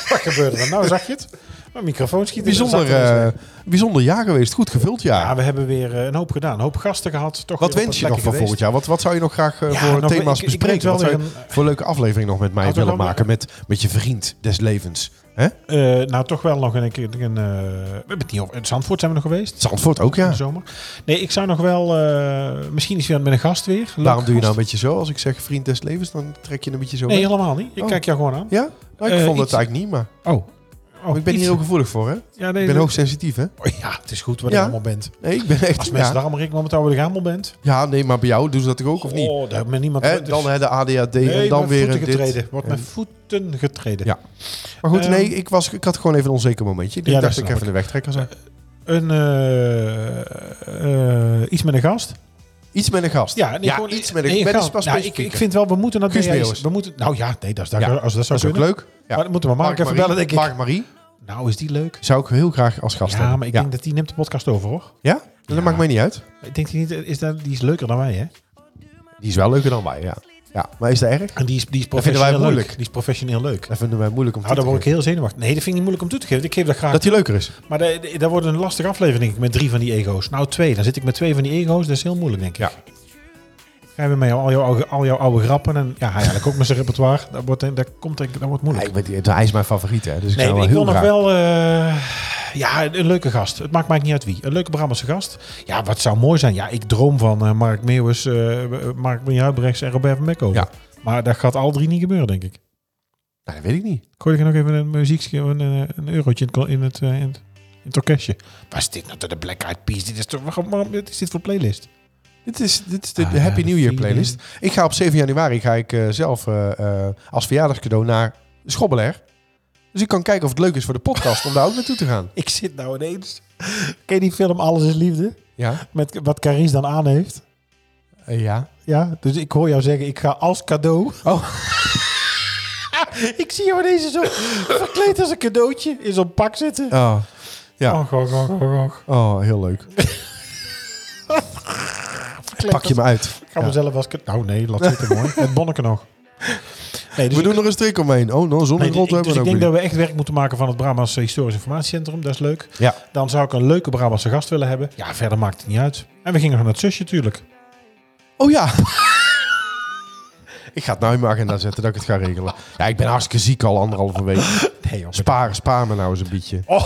Wat gebeurde er? Nou, zag je het? Mijn microfoon schiet in, bijzonder, zat er eens weg. eh, bijzonder jaar geweest. Goed gevuld jaar. Ja, we hebben weer eh, een hoop gedaan. Een hoop gasten gehad. Toch Wat weer op wens je wat nog van plekken volgend geweest. jaar? Wat, wat zou je nog graag eh, Ja, voor nog- thema's ik- ik bespreken? Wat denk wel zou je weer een- voor leuke aflevering nog met mij Had er willen wel- maken? Met, met je vriend des levens. hè? Eh, nou, toch wel nog een keer. Een, eh, we hebben het niet over. in Zandvoort zijn we nog geweest. Zandvoort ook, in ja. de zomer. Nee, ik zou nog wel... eh, misschien is weer met een gast weer. Leuk Waarom doe je nou gast. een beetje zo? Als ik zeg vriend des levens, dan trek je een beetje zo Nee, weg. helemaal niet. Ik Oh. kijk jou gewoon aan. Ja? Nou, ik Eh, vond iets- het eigenlijk niet, maar... Oh. oh. maar ik ben hier iets. heel gevoelig voor, hè? Ja, nee, Ik ben nee. hoogsensitief, hè? Oh, ja, het is goed wat Ja. je allemaal bent. Nee, ik ben echt... Als mensen Ja, daarom rekenen waarom het oude de gamel bent. ja, nee, maar bij jou doen ze dat toch ook, of niet? Oh, daar met niemand... Hè, dan hè, de ADHD Nee, en dan met weer een voeten getreden. dit. Wordt En- met voeten getreden. Ja. Maar goed, Ehm, nee, ik, was, ik had gewoon even een onzeker momentje. Ik Ja, dat dacht dat ik snap even de wegtrekker zou. Een, eh, eh, iets met een gast. Iets met een gast. Ja, nee, gewoon- iets met een, nee, met een gast. pas Nou, ik, specifieker. ik vind wel, we moeten dat Guus nee, ja, is- Meeuwis. we moeten, Nou ja, nee, dat is, daar, Ja, als dat zou Dat is ook kunnen. leuk. Ja. Maar dan moeten we Mark, even Marie. bellen, denk ik. Mark Marie Nou, is die leuk? zou ik heel graag als gast Ja, hebben. maar ik ja. denk dat die neemt de podcast over, hoor. Ja? Dat Ja. maakt mij niet uit. Ik denk die niet, is dat, die is leuker dan wij, hè? Die is wel leuker dan wij, ja. ja. Maar is dat erg? En die is, die is vinden wij professioneel leuk. moeilijk. Die is professioneel leuk. Dat vinden wij moeilijk om Nou, toe daar te word ik geven. heel zenuwachtig. Nee, dat vind ik niet moeilijk om toe te geven. Ik geef dat graag. Dat hij leuker is. Maar dat, dat wordt een lastige aflevering, denk ik, met drie van die ego's. Nou, twee. Dan zit ik met twee van die ego's. Dat is heel moeilijk, denk ik. Ja. Ga je met mij al jouw, oude- al jouw oude grappen en ja, hij eigenlijk ook met zijn repertoire. Dat wordt, dat komt, denk ik- dat wordt Ja, moeilijk. ik ben, hij is mijn favoriet, hè. Dus ik Nee, zou ik, wel wil heel nog graag... wel eh, ja, een een leuke gast. Het maakt mij niet uit wie. Een leuke Brabantse gast. Ja, wat zou mooi zijn. Ja, ik droom van eh, Mark Meeuwis, eh, Mark Meeuwis Huibrechts en Robert van Mekko. Ja. Maar dat gaat al drie niet gebeuren, denk ik. Nou, dat weet ik niet. Gooi ik er nog even een muziekje, een, eh, een eurotje in het, in het, eh, in het, in het orkestje. Waar is dit nou de Black Eyed Peas? Dit is toch, waarom, waarom- wat is dit voor playlist? Dit is, dit is de, Ah, de Happy ja, New Year feeling. playlist. Ik ga op 7 januari ga ik, eh, zelf eh, eh, als verjaardagscadeau naar Schobbeler. Dus ik kan kijken of het leuk is voor de podcast om daar ook naartoe te gaan. Ik zit nou ineens... Ken je die film Alles is Liefde? Ja? Met wat Carice dan aan heeft? Eh, ja. Ja, dus ik hoor jou zeggen, ik ga als cadeau... Oh, [LAUGHS] Ik zie jou deze zo verkleed als een cadeautje in zo'n pak zitten. oh. Ja. Och, och, och, och, och. Oh, heel leuk. [LAUGHS] Pak je me uit. Ik ga mezelf als cadeau... Nou nee, laat zitten mooi. Het bonneke nog. Nee, dus We ik- doen er een strik omheen. Oh, nou, nee, zonder rot ik- hebben dus we ik ook denk weer dat we echt werk moeten maken van het Brabants Historisch Informatiecentrum. Dat is leuk. niet. Ja. Dan zou ik een leuke Brabantse gast willen hebben. Ja, verder maakt het niet uit. En we gingen nog naar het zusje natuurlijk. Oh ja. [LAUGHS] ik ga het nou in mijn agenda zetten dat ik het ga regelen. Ja, ik ben hartstikke ziek al anderhalve week. [LAUGHS] Nee joh. Spaar, spaar me nou eens een beetje. Oh,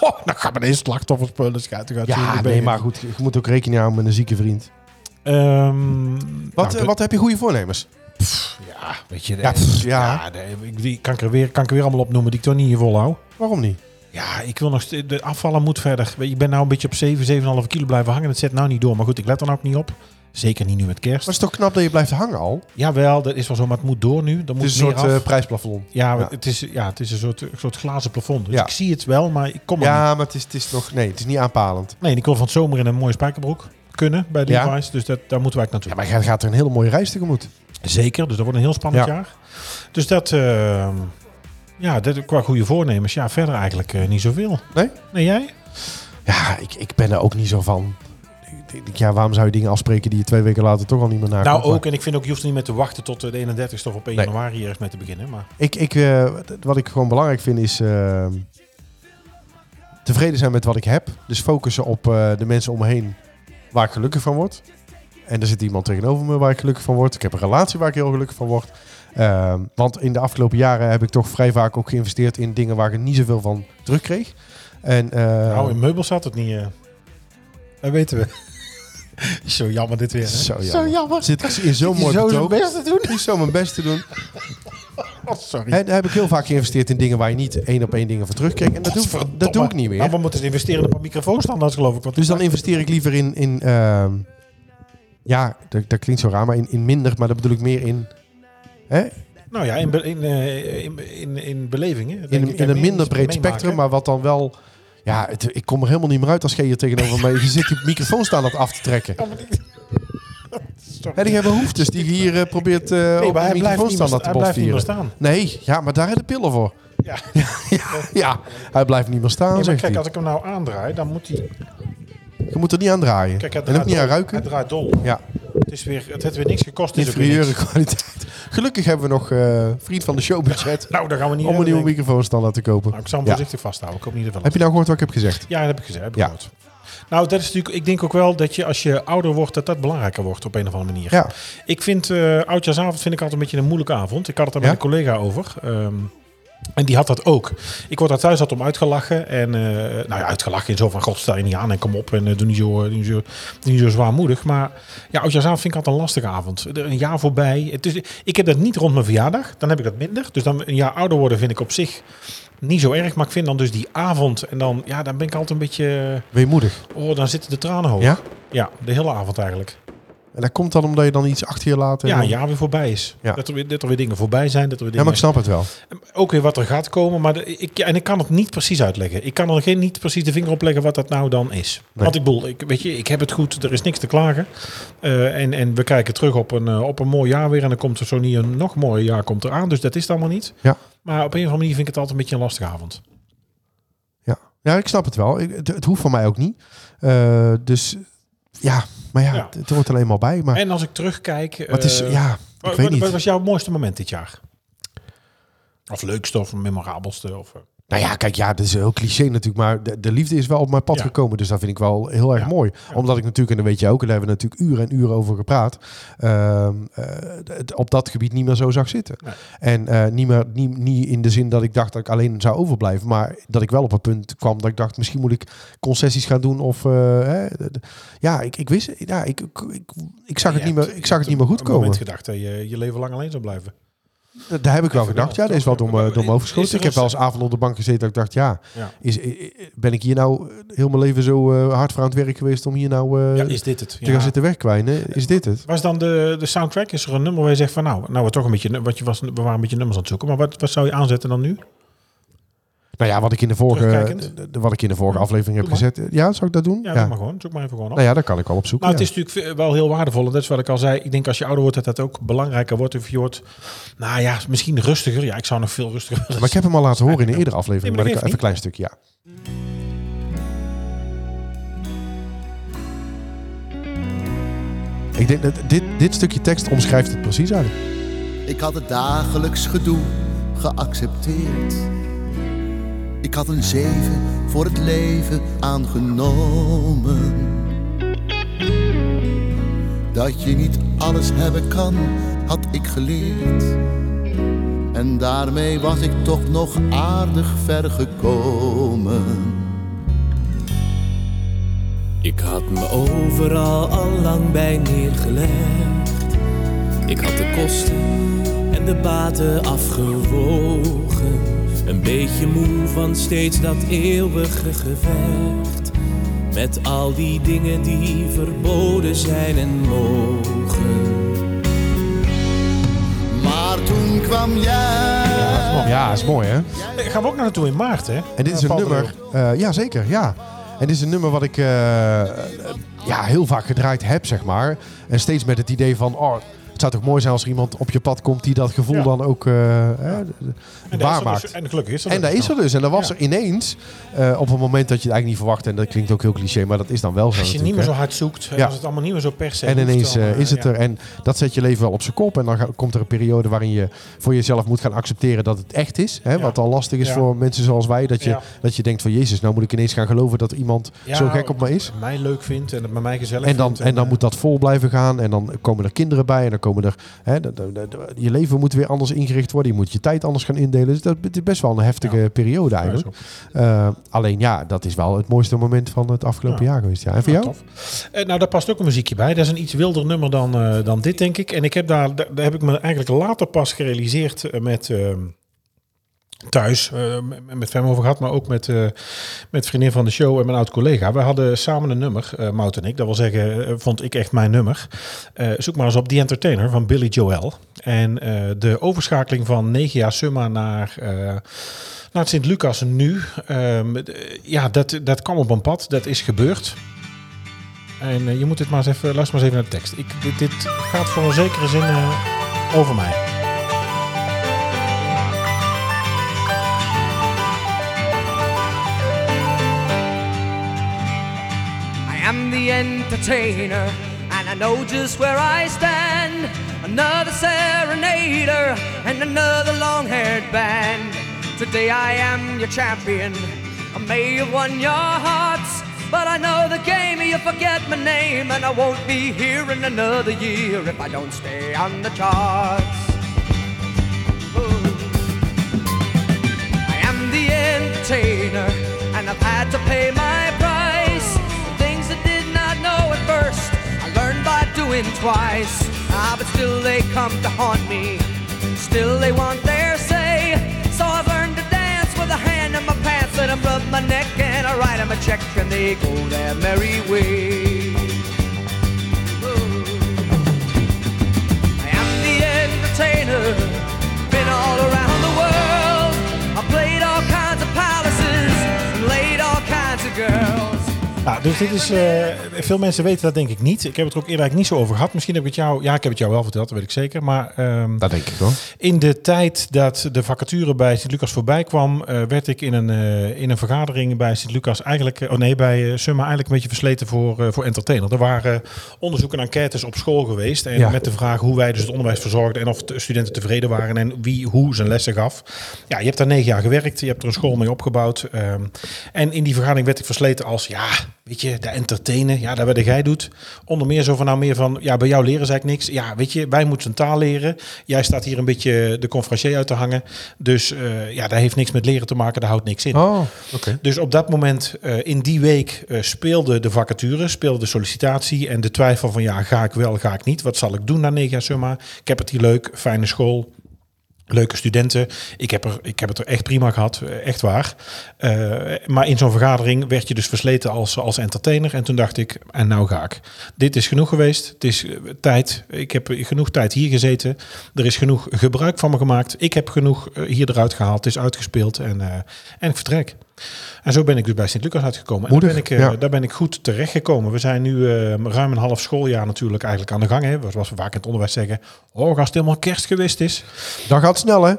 Nou, dan gaat mijn slachtofferspullen schuiten. Ja, nee, maar goed. Je moet ook rekening houden met een zieke vriend. Ehm, Wat, eh, wat heb je goede voornemens? Ja, weet je. Ja, Ja, pff, ja. ja. nee, ik- die kan ik, er weer, kan ik er weer allemaal opnoemen die ik toch niet hier volhou. Waarom niet? Ja, ik wil nog... st- De afvallen moet verder. Weet je, Ik ben nou een beetje op 7, 7,5 kilo blijven hangen. Dat zet nou niet door. Maar goed, ik let er nou ook niet op. Zeker niet nu met Maar kerst. het is toch knap dat je blijft hangen al? Jawel, dat is wel zo. Maar het moet door nu. Dan Het moet is een meer soort af. eh, prijsplafond. ja, ja. Het is, ja, het is een soort, een soort glazen plafond. Dus Ja. ik zie het wel, maar ik kom er niet. Ja, maar het is, het is nog... Nee, het is niet aanpalend. Nee, ik wil van het zomer in een mooie spijkerbroek kunnen bij Ja. Levi's. Dus dat, daar moeten wij naartoe. Ja, maar je gaat- gaat er een hele mooie reis tegemoet. Zeker, dus dat wordt een heel spannend Ja. jaar. Dus dat, eh, ja, dat, qua goede voornemens, ja, verder eigenlijk eh, niet zoveel. Nee? Nee, jij? Ja, ik, ik ben er ook niet zo van. Ik denk, Ja, waarom zou je dingen afspreken die je twee weken later toch al niet meer nakomt? nou, Maar- ook. En ik vind ook, je hoeft er niet mee te wachten tot eh, de 31ste of op 1 Nee. januari ergens mee te beginnen. Maar Ik, ik, eh, wat ik gewoon belangrijk vind is eh, tevreden zijn met wat ik heb. Dus focussen op eh, de mensen om me heen waar ik gelukkig van word. En er zit iemand tegenover me waar ik gelukkig van word. Ik heb een relatie waar ik heel gelukkig van word. Ehm, want in de afgelopen jaren heb ik toch vrij vaak ook geïnvesteerd in dingen waar ik niet zoveel van terugkreeg. En, eh, Nou, in meubels zat het niet. eh. Dat weten we. [LAUGHS] Zo jammer dit weer. Hè? zo jammer. Zit ik in [LAUGHS] zo'n mooi zo betoog. zijn best te doen. Ik zou mijn best te doen. Oh, sorry. En daar heb ik heel vaak geïnvesteerd in dingen waar je niet één op één dingen van terugkijkt. En dat doe, ik, dat doe ik niet Nou, meer. we moeten investeren op een microfoonstandaard, geloof ik. Want Dus dan investeer ik liever in... in ehm, ja, dat, dat klinkt zo raar, maar in, in minder. Maar dat bedoel ik meer in... Hè? Nou ja, in, be- in, eh, in, in, in belevingen. denk in, ik. in een En minder breed meemaken. spectrum, maar wat dan wel... Ja, het- ik kom er helemaal niet meer uit als jij hier tegenover mij... Je zit die microfoon staan dat af te trekken. Hè, die hebben behoeftes die je hier eh, probeert eh Nee, op maar de hij blijft microfoon niet staan meer sta- dat te hij blijft niet meer botvieren. staan. Nee, ja, maar daar hebben de pillen [LAUGHS] voor. Ja. Ja, hij blijft niet meer staan, Nee, maar Oh, zegt kijk, hij. als ik hem nou aandraai, dan moet hij... Je moet er niet aan draaien. Kijk, hij en ook draait niet dol. aan Hij ruiken. draait dol. Ja, Het, is weer, het heeft weer niks gekost. is ook weer inferieure niks. kwaliteit. Gelukkig hebben we nog eh, vriend van de show budget... Nou, daar gaan we niet om een hebben, nieuwe denk ik. microfoonstandaard te kopen. Nou, ik zal hem Ja. voorzichtig vasthouden. Ik hoop niet dat er Heb je nou gehoord wat ik heb gezegd? Ja, dat heb ik gezegd. Heb ik Ja. gehoord. Nou, dat is natuurlijk, ik denk ook wel dat je als je ouder wordt, dat dat belangrijker wordt op een of andere manier. Ja. Ik vind eh oudjaarsavond vind ik altijd een beetje een moeilijke avond. Ik had het daar Ja? met een collega over. ehm, en die had dat ook. Ik word daar thuis altijd om uitgelachen. En eh, nou ja, uitgelachen in zo van god, stel je niet aan en kom op en eh, doe, niet zo, eh, doe, niet zo, doe niet zo zwaarmoedig. Maar ja, oudjaarsavond vind ik altijd een lastige avond. Er- Een jaar voorbij. Het is, ik heb dat niet rond mijn verjaardag. Dan heb ik dat minder. Dus dan een jaar ouder worden vind ik op zich niet zo erg. Maar ik vind dan dus die avond. En dan, ja, dan ben ik altijd een beetje... Weemoedig. Oh, dan zitten de tranen hoog. Ja? Ja, de hele avond eigenlijk. En dat komt dan omdat je dan iets achter je laat. en Ja, dan- een jaar weer voorbij is. Ja. Dat, er weer, dat er weer dingen voorbij zijn. Dat er weer ja, dingen, maar ik snap het wel. Ook weer wat er gaat komen. Maar de- ik, ja, en ik kan het niet precies uitleggen. Ik kan er geen, niet precies de vinger op leggen wat dat nou dan is. Nee. Want ik bedoel, ik, weet je, ik heb het goed. Er is niks te klagen. Eh, en, en we kijken terug op een, eh, op een mooi jaar weer. En dan komt er zo niet een nog mooier jaar komt eraan. Dus dat is het allemaal niet. Ja. Maar op een of andere manier vind ik het altijd een beetje een lastige avond. Ja, ja ik snap het wel. Ik- het, het hoeft van mij ook niet. Eh, dus ja, maar ja, Ja. Het, het hoort er alleen maar bij. Maar, En als ik terugkijk... maar het is, eh, ja, ik Wat, weet wat- niet. wat was jouw mooiste moment dit jaar? Of leukste of memorabelste? Of, eh, nou ja, kijk, ja, dat is heel cliché natuurlijk. Maar de, de liefde is wel op mijn pad Ja. gekomen. Dus dat vind ik wel heel erg Ja. mooi. Omdat ik natuurlijk, en dat weet je ook, en daar hebben we natuurlijk uren en uren over gepraat. ehm, eh, het op dat gebied niet meer zo zag zitten. Nee. En eh, niet, meer, niet, niet in de zin dat ik dacht dat ik alleen zou overblijven. Maar dat ik wel op een punt kwam dat ik dacht, misschien moet ik concessies gaan doen. Of eh, hè, de- de- ja, ik, ik wist, ja, ik, ik, ik, ik zag het je niet hebt- meer, ik zag het je niet meer goed hebt op een moment komen. gedacht dat je je leven lang alleen zou blijven. Dat- Eh, Daar heb ik wel Even gedacht. wel, Ja, dat is wel eh, toch? door me, door me Is- overschoten. is er Ik heb wel een- eens avond op de bank gezeten dat ik dacht, ja, Ja. is, i- i- ben ik hier nou heel mijn leven zo eh, hard voor aan het werk geweest om hier nou eh, Ja, is dit het? te gaan zitten wegkwijnen? Is dit het? Was dan de, de soundtrack? Is er een nummer waar je zegt van nou, nou we toch een beetje, wat je was, we waren een beetje nummers aan het zoeken. Maar wat, wat zou je aanzetten dan nu? Nou ja, wat ik in de vorige, eh, Terugkijkend? de- de- wat ik in de vorige aflevering heb Doe maar. gezet. eh, Ja, zou ik dat doen? Ja, doe maar gewoon. Zoek maar even gewoon op. Nou ja, dat kan ik al opzoeken. Nou, het ja. is natuurlijk ve- wel heel waardevol. En dat is wat ik al zei. Ik denk als je ouder wordt, dat dat ook belangrijker wordt. Of je wordt, nou ja, misschien rustiger. Ja, ik zou nog veel rustiger willen Maar ik heb hem al laten horen in een eerdere Nee, aflevering. maar maar ik, dat even een geeft klein stukje, ja. Ik denk dat dit, dit stukje tekst omschrijft het precies eigenlijk. Ik had het dagelijks gedoe geaccepteerd. Ik had een zeven voor het leven aangenomen. Dat je niet alles hebben kan, had ik geleerd. En daarmee was ik toch nog aardig ver gekomen. Ik had me overal al lang bij neergelegd. Ik had de kosten en de baten afgewogen. Een beetje moe van steeds dat eeuwige gevecht. Met al die dingen die verboden zijn en mogen. Maar toen kwam jij. Oh. Ja, is mooi hè? Eh, Gaan we ook nog naartoe in maart, hè? En dit is Eh, een Paul de nummer. Leeuw. eh, ja, zeker. Ja. En dit is een nummer wat ik eh, eh, ja, heel vaak gedraaid heb, zeg maar. En steeds met het idee van. Oh, Het zou toch mooi zijn als er iemand op je pad komt die dat gevoel Ja. dan ook eh, hè, En daar is waar er maakt. dus- en gelukkig is dat En daar is er dus. En dan was Ja. er ineens, eh, op een moment dat je het eigenlijk niet verwacht, en dat klinkt ook heel cliché, maar dat is dan wel zo. Als je niet natuurlijk, meer hè. zo hard zoekt, eh, Ja. als het allemaal niet meer zo per se En hoeft, ineens dan, eh, eh, is het ja. er. En dat zet je leven wel op zijn kop. En dan ga- komt er een periode waarin je voor jezelf moet gaan accepteren dat het echt is. Hè? Ja. Wat al lastig is Ja. voor mensen zoals wij. Dat je, Ja. dat je denkt van Jezus, nou moet ik ineens gaan geloven dat iemand Ja, zo gek op me is. Mij leuk vindt en het met mij gezellig En dan, vindt en dan eh, moet dat vol blijven gaan. En dan komen er kinderen bij. En dan komen er. Hè, de- de- de- de- je leven moet weer anders ingericht worden. Je moet je tijd anders gaan indelen. Dus dat het is best wel een heftige periode eigenlijk. Eh, alleen ja, dat is wel het mooiste moment van het afgelopen jaar geweest. Ja. En voor Ja, jou? tof. Eh, nou, daar past ook een muziekje bij. Dat is een iets wilder nummer dan, eh, dan dit, denk ik. En ik heb daar, daar daar heb ik me eigenlijk later pas gerealiseerd eh, met. ehm, Thuis, eh, met- met Fem over gehad, maar ook met, eh, met vriendin van de show en mijn oud collega. We hadden samen een nummer, eh Mout en ik. Dat wil zeggen, eh, vond ik echt mijn nummer. Eh, zoek maar eens op The Entertainer van Billy Joel. En eh, de overschakeling van Negia Summa naar eh, naar het Sint-Lucas nu. Ehm, d- ja, dat, dat kwam op een pad. Dat is gebeurd. En eh, je moet dit maar eens even... Luister maar eens even naar de tekst. Ik, dit, dit gaat voor een zekere zin eh, over mij. I am the entertainer, and I know just where I stand. Another serenader and another long haired band. Today I am your champion. I may have won your hearts, but I know the game, you forget my name, and I won't be here in another year if I don't stay on the charts. Ooh. I am the entertainer, and I've had to pay my price. The Things I did not know at first, I learned by doing twice. Ah, but still they come to haunt me. Still they want their say. So I've learned to dance with a hand in my pants, let 'em rub my neck, and I write 'em a check, and they go their merry way. Ooh. I am the entertainer. Been all around the world. I played all kinds of palaces and laid all kinds of girls. Nou, dus dit is... eh, veel mensen weten dat denk ik niet. Ik heb het er ook eerder eigenlijk niet zo over gehad. Misschien heb ik het jou... Ja, ik heb het jou wel verteld, dat weet ik zeker. Maar... ehm, Dat denk ik hoor. In de tijd dat de vacature bij Sint-Lucas voorbij kwam, eh, werd ik in een, eh, in een vergadering bij Sint-Lucas eigenlijk, eh, oh nee, bij eh, Summa eigenlijk een beetje versleten voor, eh, voor entertainer. Er waren eh, onderzoeken en enquêtes op school geweest en Ja. met de vraag hoe wij dus het onderwijs verzorgden en of de studenten tevreden waren en wie hoe zijn lessen gaf. Ja, je hebt daar negen jaar gewerkt, je hebt er een school mee opgebouwd ehm, en in die vergadering werd ik versleten als, ja, weet je, de entertainer, ja, dat wat jij doet. Onder meer zo van, nou meer van, ja, bij jou leren ze eigenlijk niks. Ja, weet je, wij moeten een taal leren. Jij staat hier een beetje de conferencier uit te hangen. Dus eh, ja, daar heeft niks met leren te maken, daar houdt niks in. Oh, oké. Dus op dat moment, eh, in die week, eh, speelde de vacature, speelde de sollicitatie en de twijfel van ja, ga ik wel, ga ik niet? Wat zal ik doen na negen jaar summa? Ik heb het hier leuk, fijne school, leuke studenten. Ik heb, er, ik heb het er echt prima gehad, eh, echt waar. Eh, maar in zo'n vergadering werd je dus versleten als, als entertainer. En toen dacht ik, en nou ga ik. Dit is genoeg geweest. Het is eh, tijd. Ik heb genoeg tijd hier gezeten. Er is genoeg gebruik van me gemaakt. Ik heb genoeg eh, hier eruit gehaald. Het is uitgespeeld en, eh, en ik vertrek. En zo ben ik dus bij Sint-Lucas uitgekomen. En daar Moedig, ben, ik, eh, ja. daar ben ik goed terechtgekomen. We zijn nu eh, ruim een half schooljaar natuurlijk eigenlijk aan de gang. Hè. Zoals we vaak in het onderwijs zeggen. Oh, als het helemaal kerst geweest is. Dat gaat snel hè?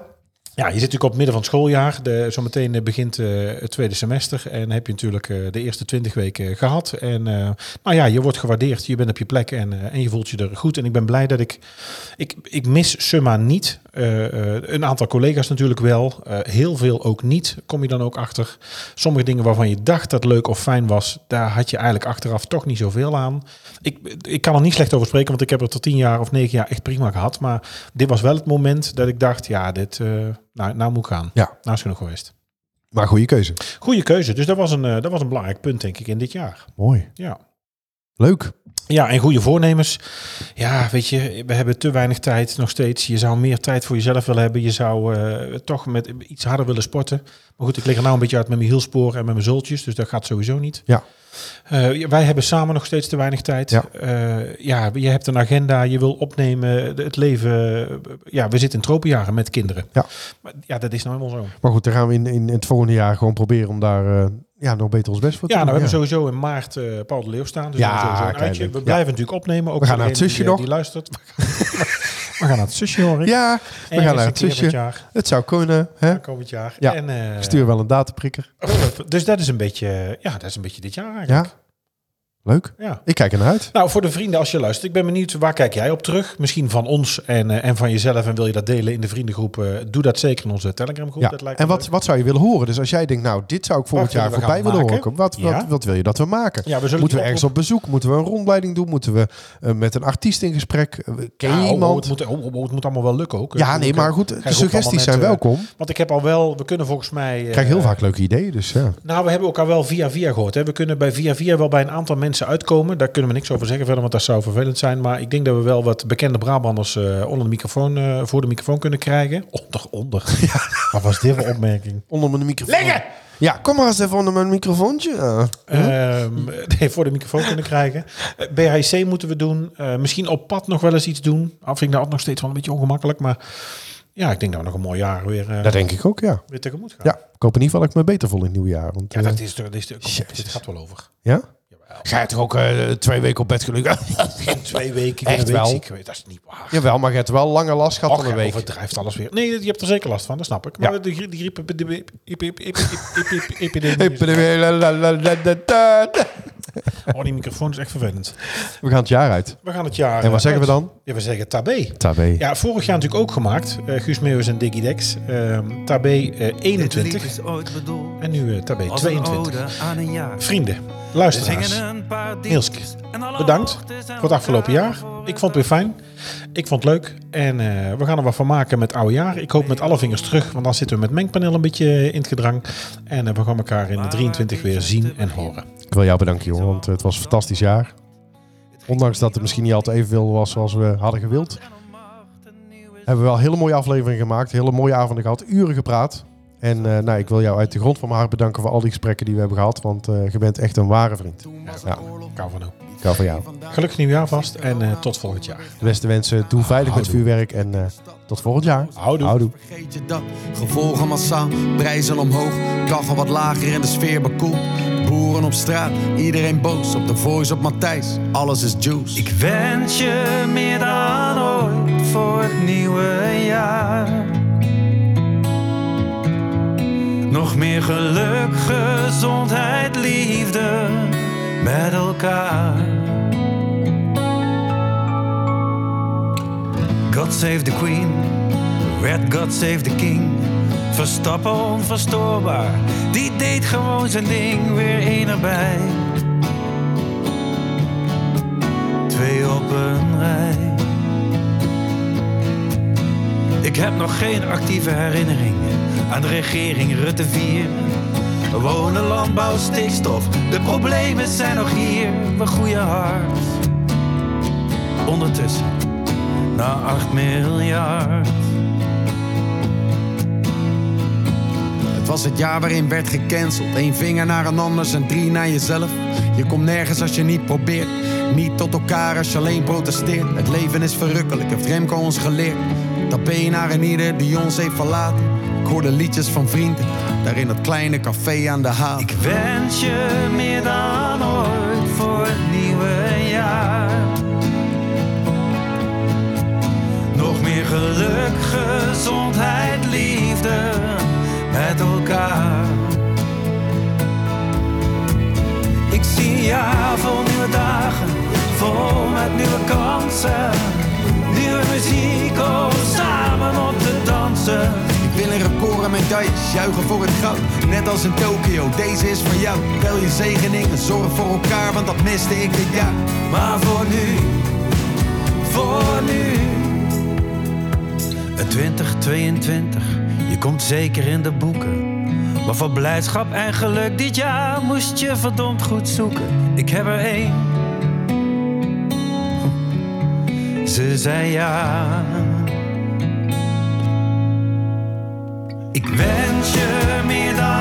Ja, je zit natuurlijk op het midden van het schooljaar. De, zometeen eh, begint eh, het tweede semester. En heb je natuurlijk eh, de eerste twintig weken gehad. En eh nou ja, je wordt gewaardeerd. Je bent op je plek en, eh, en je voelt je er goed. En ik ben blij dat ik... Ik, ik mis Summa niet. Eh, eh, een aantal collega's natuurlijk wel. Eh, heel veel ook niet, kom je dan ook achter. Sommige dingen waarvan je dacht dat leuk of fijn was... daar had je eigenlijk achteraf toch niet zoveel aan. Ik, ik kan er niet slecht over spreken... want ik heb het tot tien jaar of negen jaar echt prima gehad. Maar dit was wel het moment dat ik dacht... ja, dit... eh, nou, nou moet ik gaan. Ja. Nou is genoeg geweest. Maar goede keuze. Goede keuze. Dus dat was, een, eh, dat was een belangrijk punt, denk ik, in dit jaar. Mooi. Ja. Leuk. Ja, en goede voornemens. Ja, weet je, we hebben te weinig tijd nog steeds. Je zou meer tijd voor jezelf willen hebben. Je zou eh, toch met iets harder willen sporten. Maar goed, ik lig er nou een beetje uit met mijn hielsporen en met mijn zultjes. Dus dat gaat sowieso niet. Ja. Eh, wij hebben samen nog steeds te weinig tijd. Ja. Eh, ja, je hebt een agenda, je wil opnemen. Het leven, ja, we zitten in tropenjaren met kinderen. Ja. Maar ja, dat is nou helemaal zo. Maar goed, dan gaan we in, in het volgende jaar gewoon proberen om daar eh, ja, nog beter ons best voor Ja, nou, we doen, hebben sowieso in maart eh, Paul de Leeuw staan. Dus Ja, we doen sowieso een kijk, uitje. We ja. blijven natuurlijk opnemen. Ook We gaan voor naar het degene zusje die, eh, nog. Die luistert. [LAUGHS] we gaan naar het zusje, hoor ik. Ja, we Ergens gaan naar een het keer zusje. dit jaar. Het zou kunnen. Hè? Komend jaar. Ja, En, eh, Ik stuur wel een dataprikker. Dus dat is een beetje, ja, dat is een beetje dit jaar Ja? eigenlijk. Leuk. Ja. Ik kijk ernaar uit. Nou, voor de vrienden als je luistert, ik ben benieuwd, waar kijk jij op terug? Misschien van ons en, eh, en van jezelf en wil je dat delen in de vriendengroep? eh, doe dat zeker in onze Telegram groep. Ja. Dat lijkt En me wat, leuk. wat zou je willen horen? Dus als jij denkt, nou, dit zou ik volgend Wat jaar willen we voorbij gaan willen maken? horen. Wat, wat, Ja. wat wil je dat we maken? Ja, we zullen moeten we die ergens oproep- op bezoek? Moeten we een rondleiding doen? Moeten we eh, met een artiest in gesprek? Eh, Ken je Ja, oh, oh, iemand? het, moet, oh, oh, het moet allemaal wel lukken ook. Ja, nee, maar goed, Gij de roept suggesties allemaal zijn eh, welkom. Want ik heb al wel, we kunnen volgens mij... eh, Ik krijg heel vaak leuke ideeën, dus ja. Nou, we hebben elkaar wel via via gehoord. Hè. We kunnen bij via via wel bij een aantal mensen uitkomen. Daar kunnen we niks over zeggen verder, want dat zou vervelend zijn. Maar ik denk dat we wel wat bekende Brabanders eh, onder de microfoon, eh, voor de microfoon kunnen krijgen. Onder, onder. [LAUGHS] Ja. Wat was dit voor opmerking? Onder mijn microfoon. Ja, kom maar eens even onder mijn microfoontje. Ja. Ehm, nee, voor de microfoon kunnen krijgen. Eh, BHC moeten we doen. Eh, misschien op pad nog wel eens iets doen. Al vind ik dat nog steeds wel een beetje ongemakkelijk. Maar ja, ik denk dat we nog een mooi jaar weer, eh, Dat denk ik ook, ja. weer tegemoet gaan. Ja, ik hoop in ieder geval dat ik me beter voel in het nieuwjaar. Want, Ja, eh, dat is, toch- dat is, toch- kom op, dit Jezus. gaat wel over. ja? Ga je toch ook eh, twee weken op bed [LAUGHS] gelukkig? In twee weken, ik ben Echt een week wel? ziek geweest. Dat is niet waar. Jawel, maar je hebt wel lange last gehad Och, van een jij week. overdrijft alles weer. Nee, je hebt er zeker last van, dat snap ik. Ja. Maar de, grie- de griep... epi- epi- epi- epi- epi- epi- epidemie is- [LAUGHS] We Oh, die microfoon is echt vervelend. gaan het jaar uit. We gaan het jaar... En wat eh, zeggen we uit. dan? Ja, we zeggen tabé. Tabé. Ja, vorig jaar natuurlijk ook gemaakt. Eh, Guus Meeuwis en Diggy Dex. Ehm, tabé eh, 21. is ooit bedoeld En nu eh Tabé als een 22. ode aan een jaar. Vrienden, We luisteraars. zingen een paar Nielske, dingetjes en alle bedankt ochtends zijn voor we het afgelopen klaar jaar. voor Ik vond het weer fijn. Ik vond het leuk. En eh, we gaan er wat van maken met oude jaar. Ik hoop met alle vingers terug, want dan zitten we met mengpaneel een beetje in het gedrang. En eh, we gaan elkaar in de 23 weer zien en horen. Ik wil jou bedanken, jongen, want het was een fantastisch jaar. Ondanks dat het misschien niet altijd evenveel was zoals we hadden gewild. Hebben we wel hele mooie afleveringen gemaakt. Hele mooie avonden gehad. Uren gepraat. En eh, nou, ik wil jou uit de grond van mijn hart bedanken voor al die gesprekken die we hebben gehad. Want eh, je bent echt een ware vriend. Ja, Kou van nou. ik hou van jou. Gelukkig nieuwjaar vast en eh, tot volgend jaar. De beste wensen. Doe veilig met vuurwerk. En eh, tot volgend jaar. Houdoe. Houdoe. Vergeet je dat? Gevolgen massaal, prijzen omhoog, kachel wat lager en de sfeer bekoeld. Boeren op straat, iedereen boos. Op de voice op Matthijs, alles is juice. Ik wens je meer dan ooit voor het nieuwe jaar. Nog meer geluk, gezondheid, liefde met elkaar. God save the Queen, Red God save the King. Verstappen onverstoorbaar, die deed gewoon zijn ding, weer één erbij twee op een rij. Ik heb nog geen actieve herinnering aan de regering Rutte 4. Wonen, landbouw, stikstof, de problemen zijn nog hier. We groeien hard. Ondertussen, na 8 miljard. Het was het jaar waarin werd gecanceld. Eén vinger naar een anders en drie naar jezelf. Je komt nergens als je niet probeert. Niet tot elkaar als je alleen protesteert. Het leven is verrukkelijk, heeft Remco ons geleerd. Dat ben je naar een ieder die ons heeft verlaten. Ik hoorde liedjes van vrienden, daar in dat kleine café aan de haal. Ik wens je meer dan ooit voor het nieuwe jaar. Nog meer geluk, gezondheid, liefde met elkaar. Ik zie een jaar vol nieuwe dagen, vol met nieuwe kansen. Nieuwe muziek om samen op te dansen. Ik wil een record en medailles, juichen voor het goud. Net als in Tokio, deze is van jou. Tel je zegeningen, zorg voor elkaar, want dat miste ik dit jaar. Maar voor nu, voor nu. Het 2022, je komt zeker in de boeken. Maar voor blijdschap en geluk dit jaar moest je verdomd goed zoeken. Ik heb er één. Ze zei ja. Ik wens je meer dan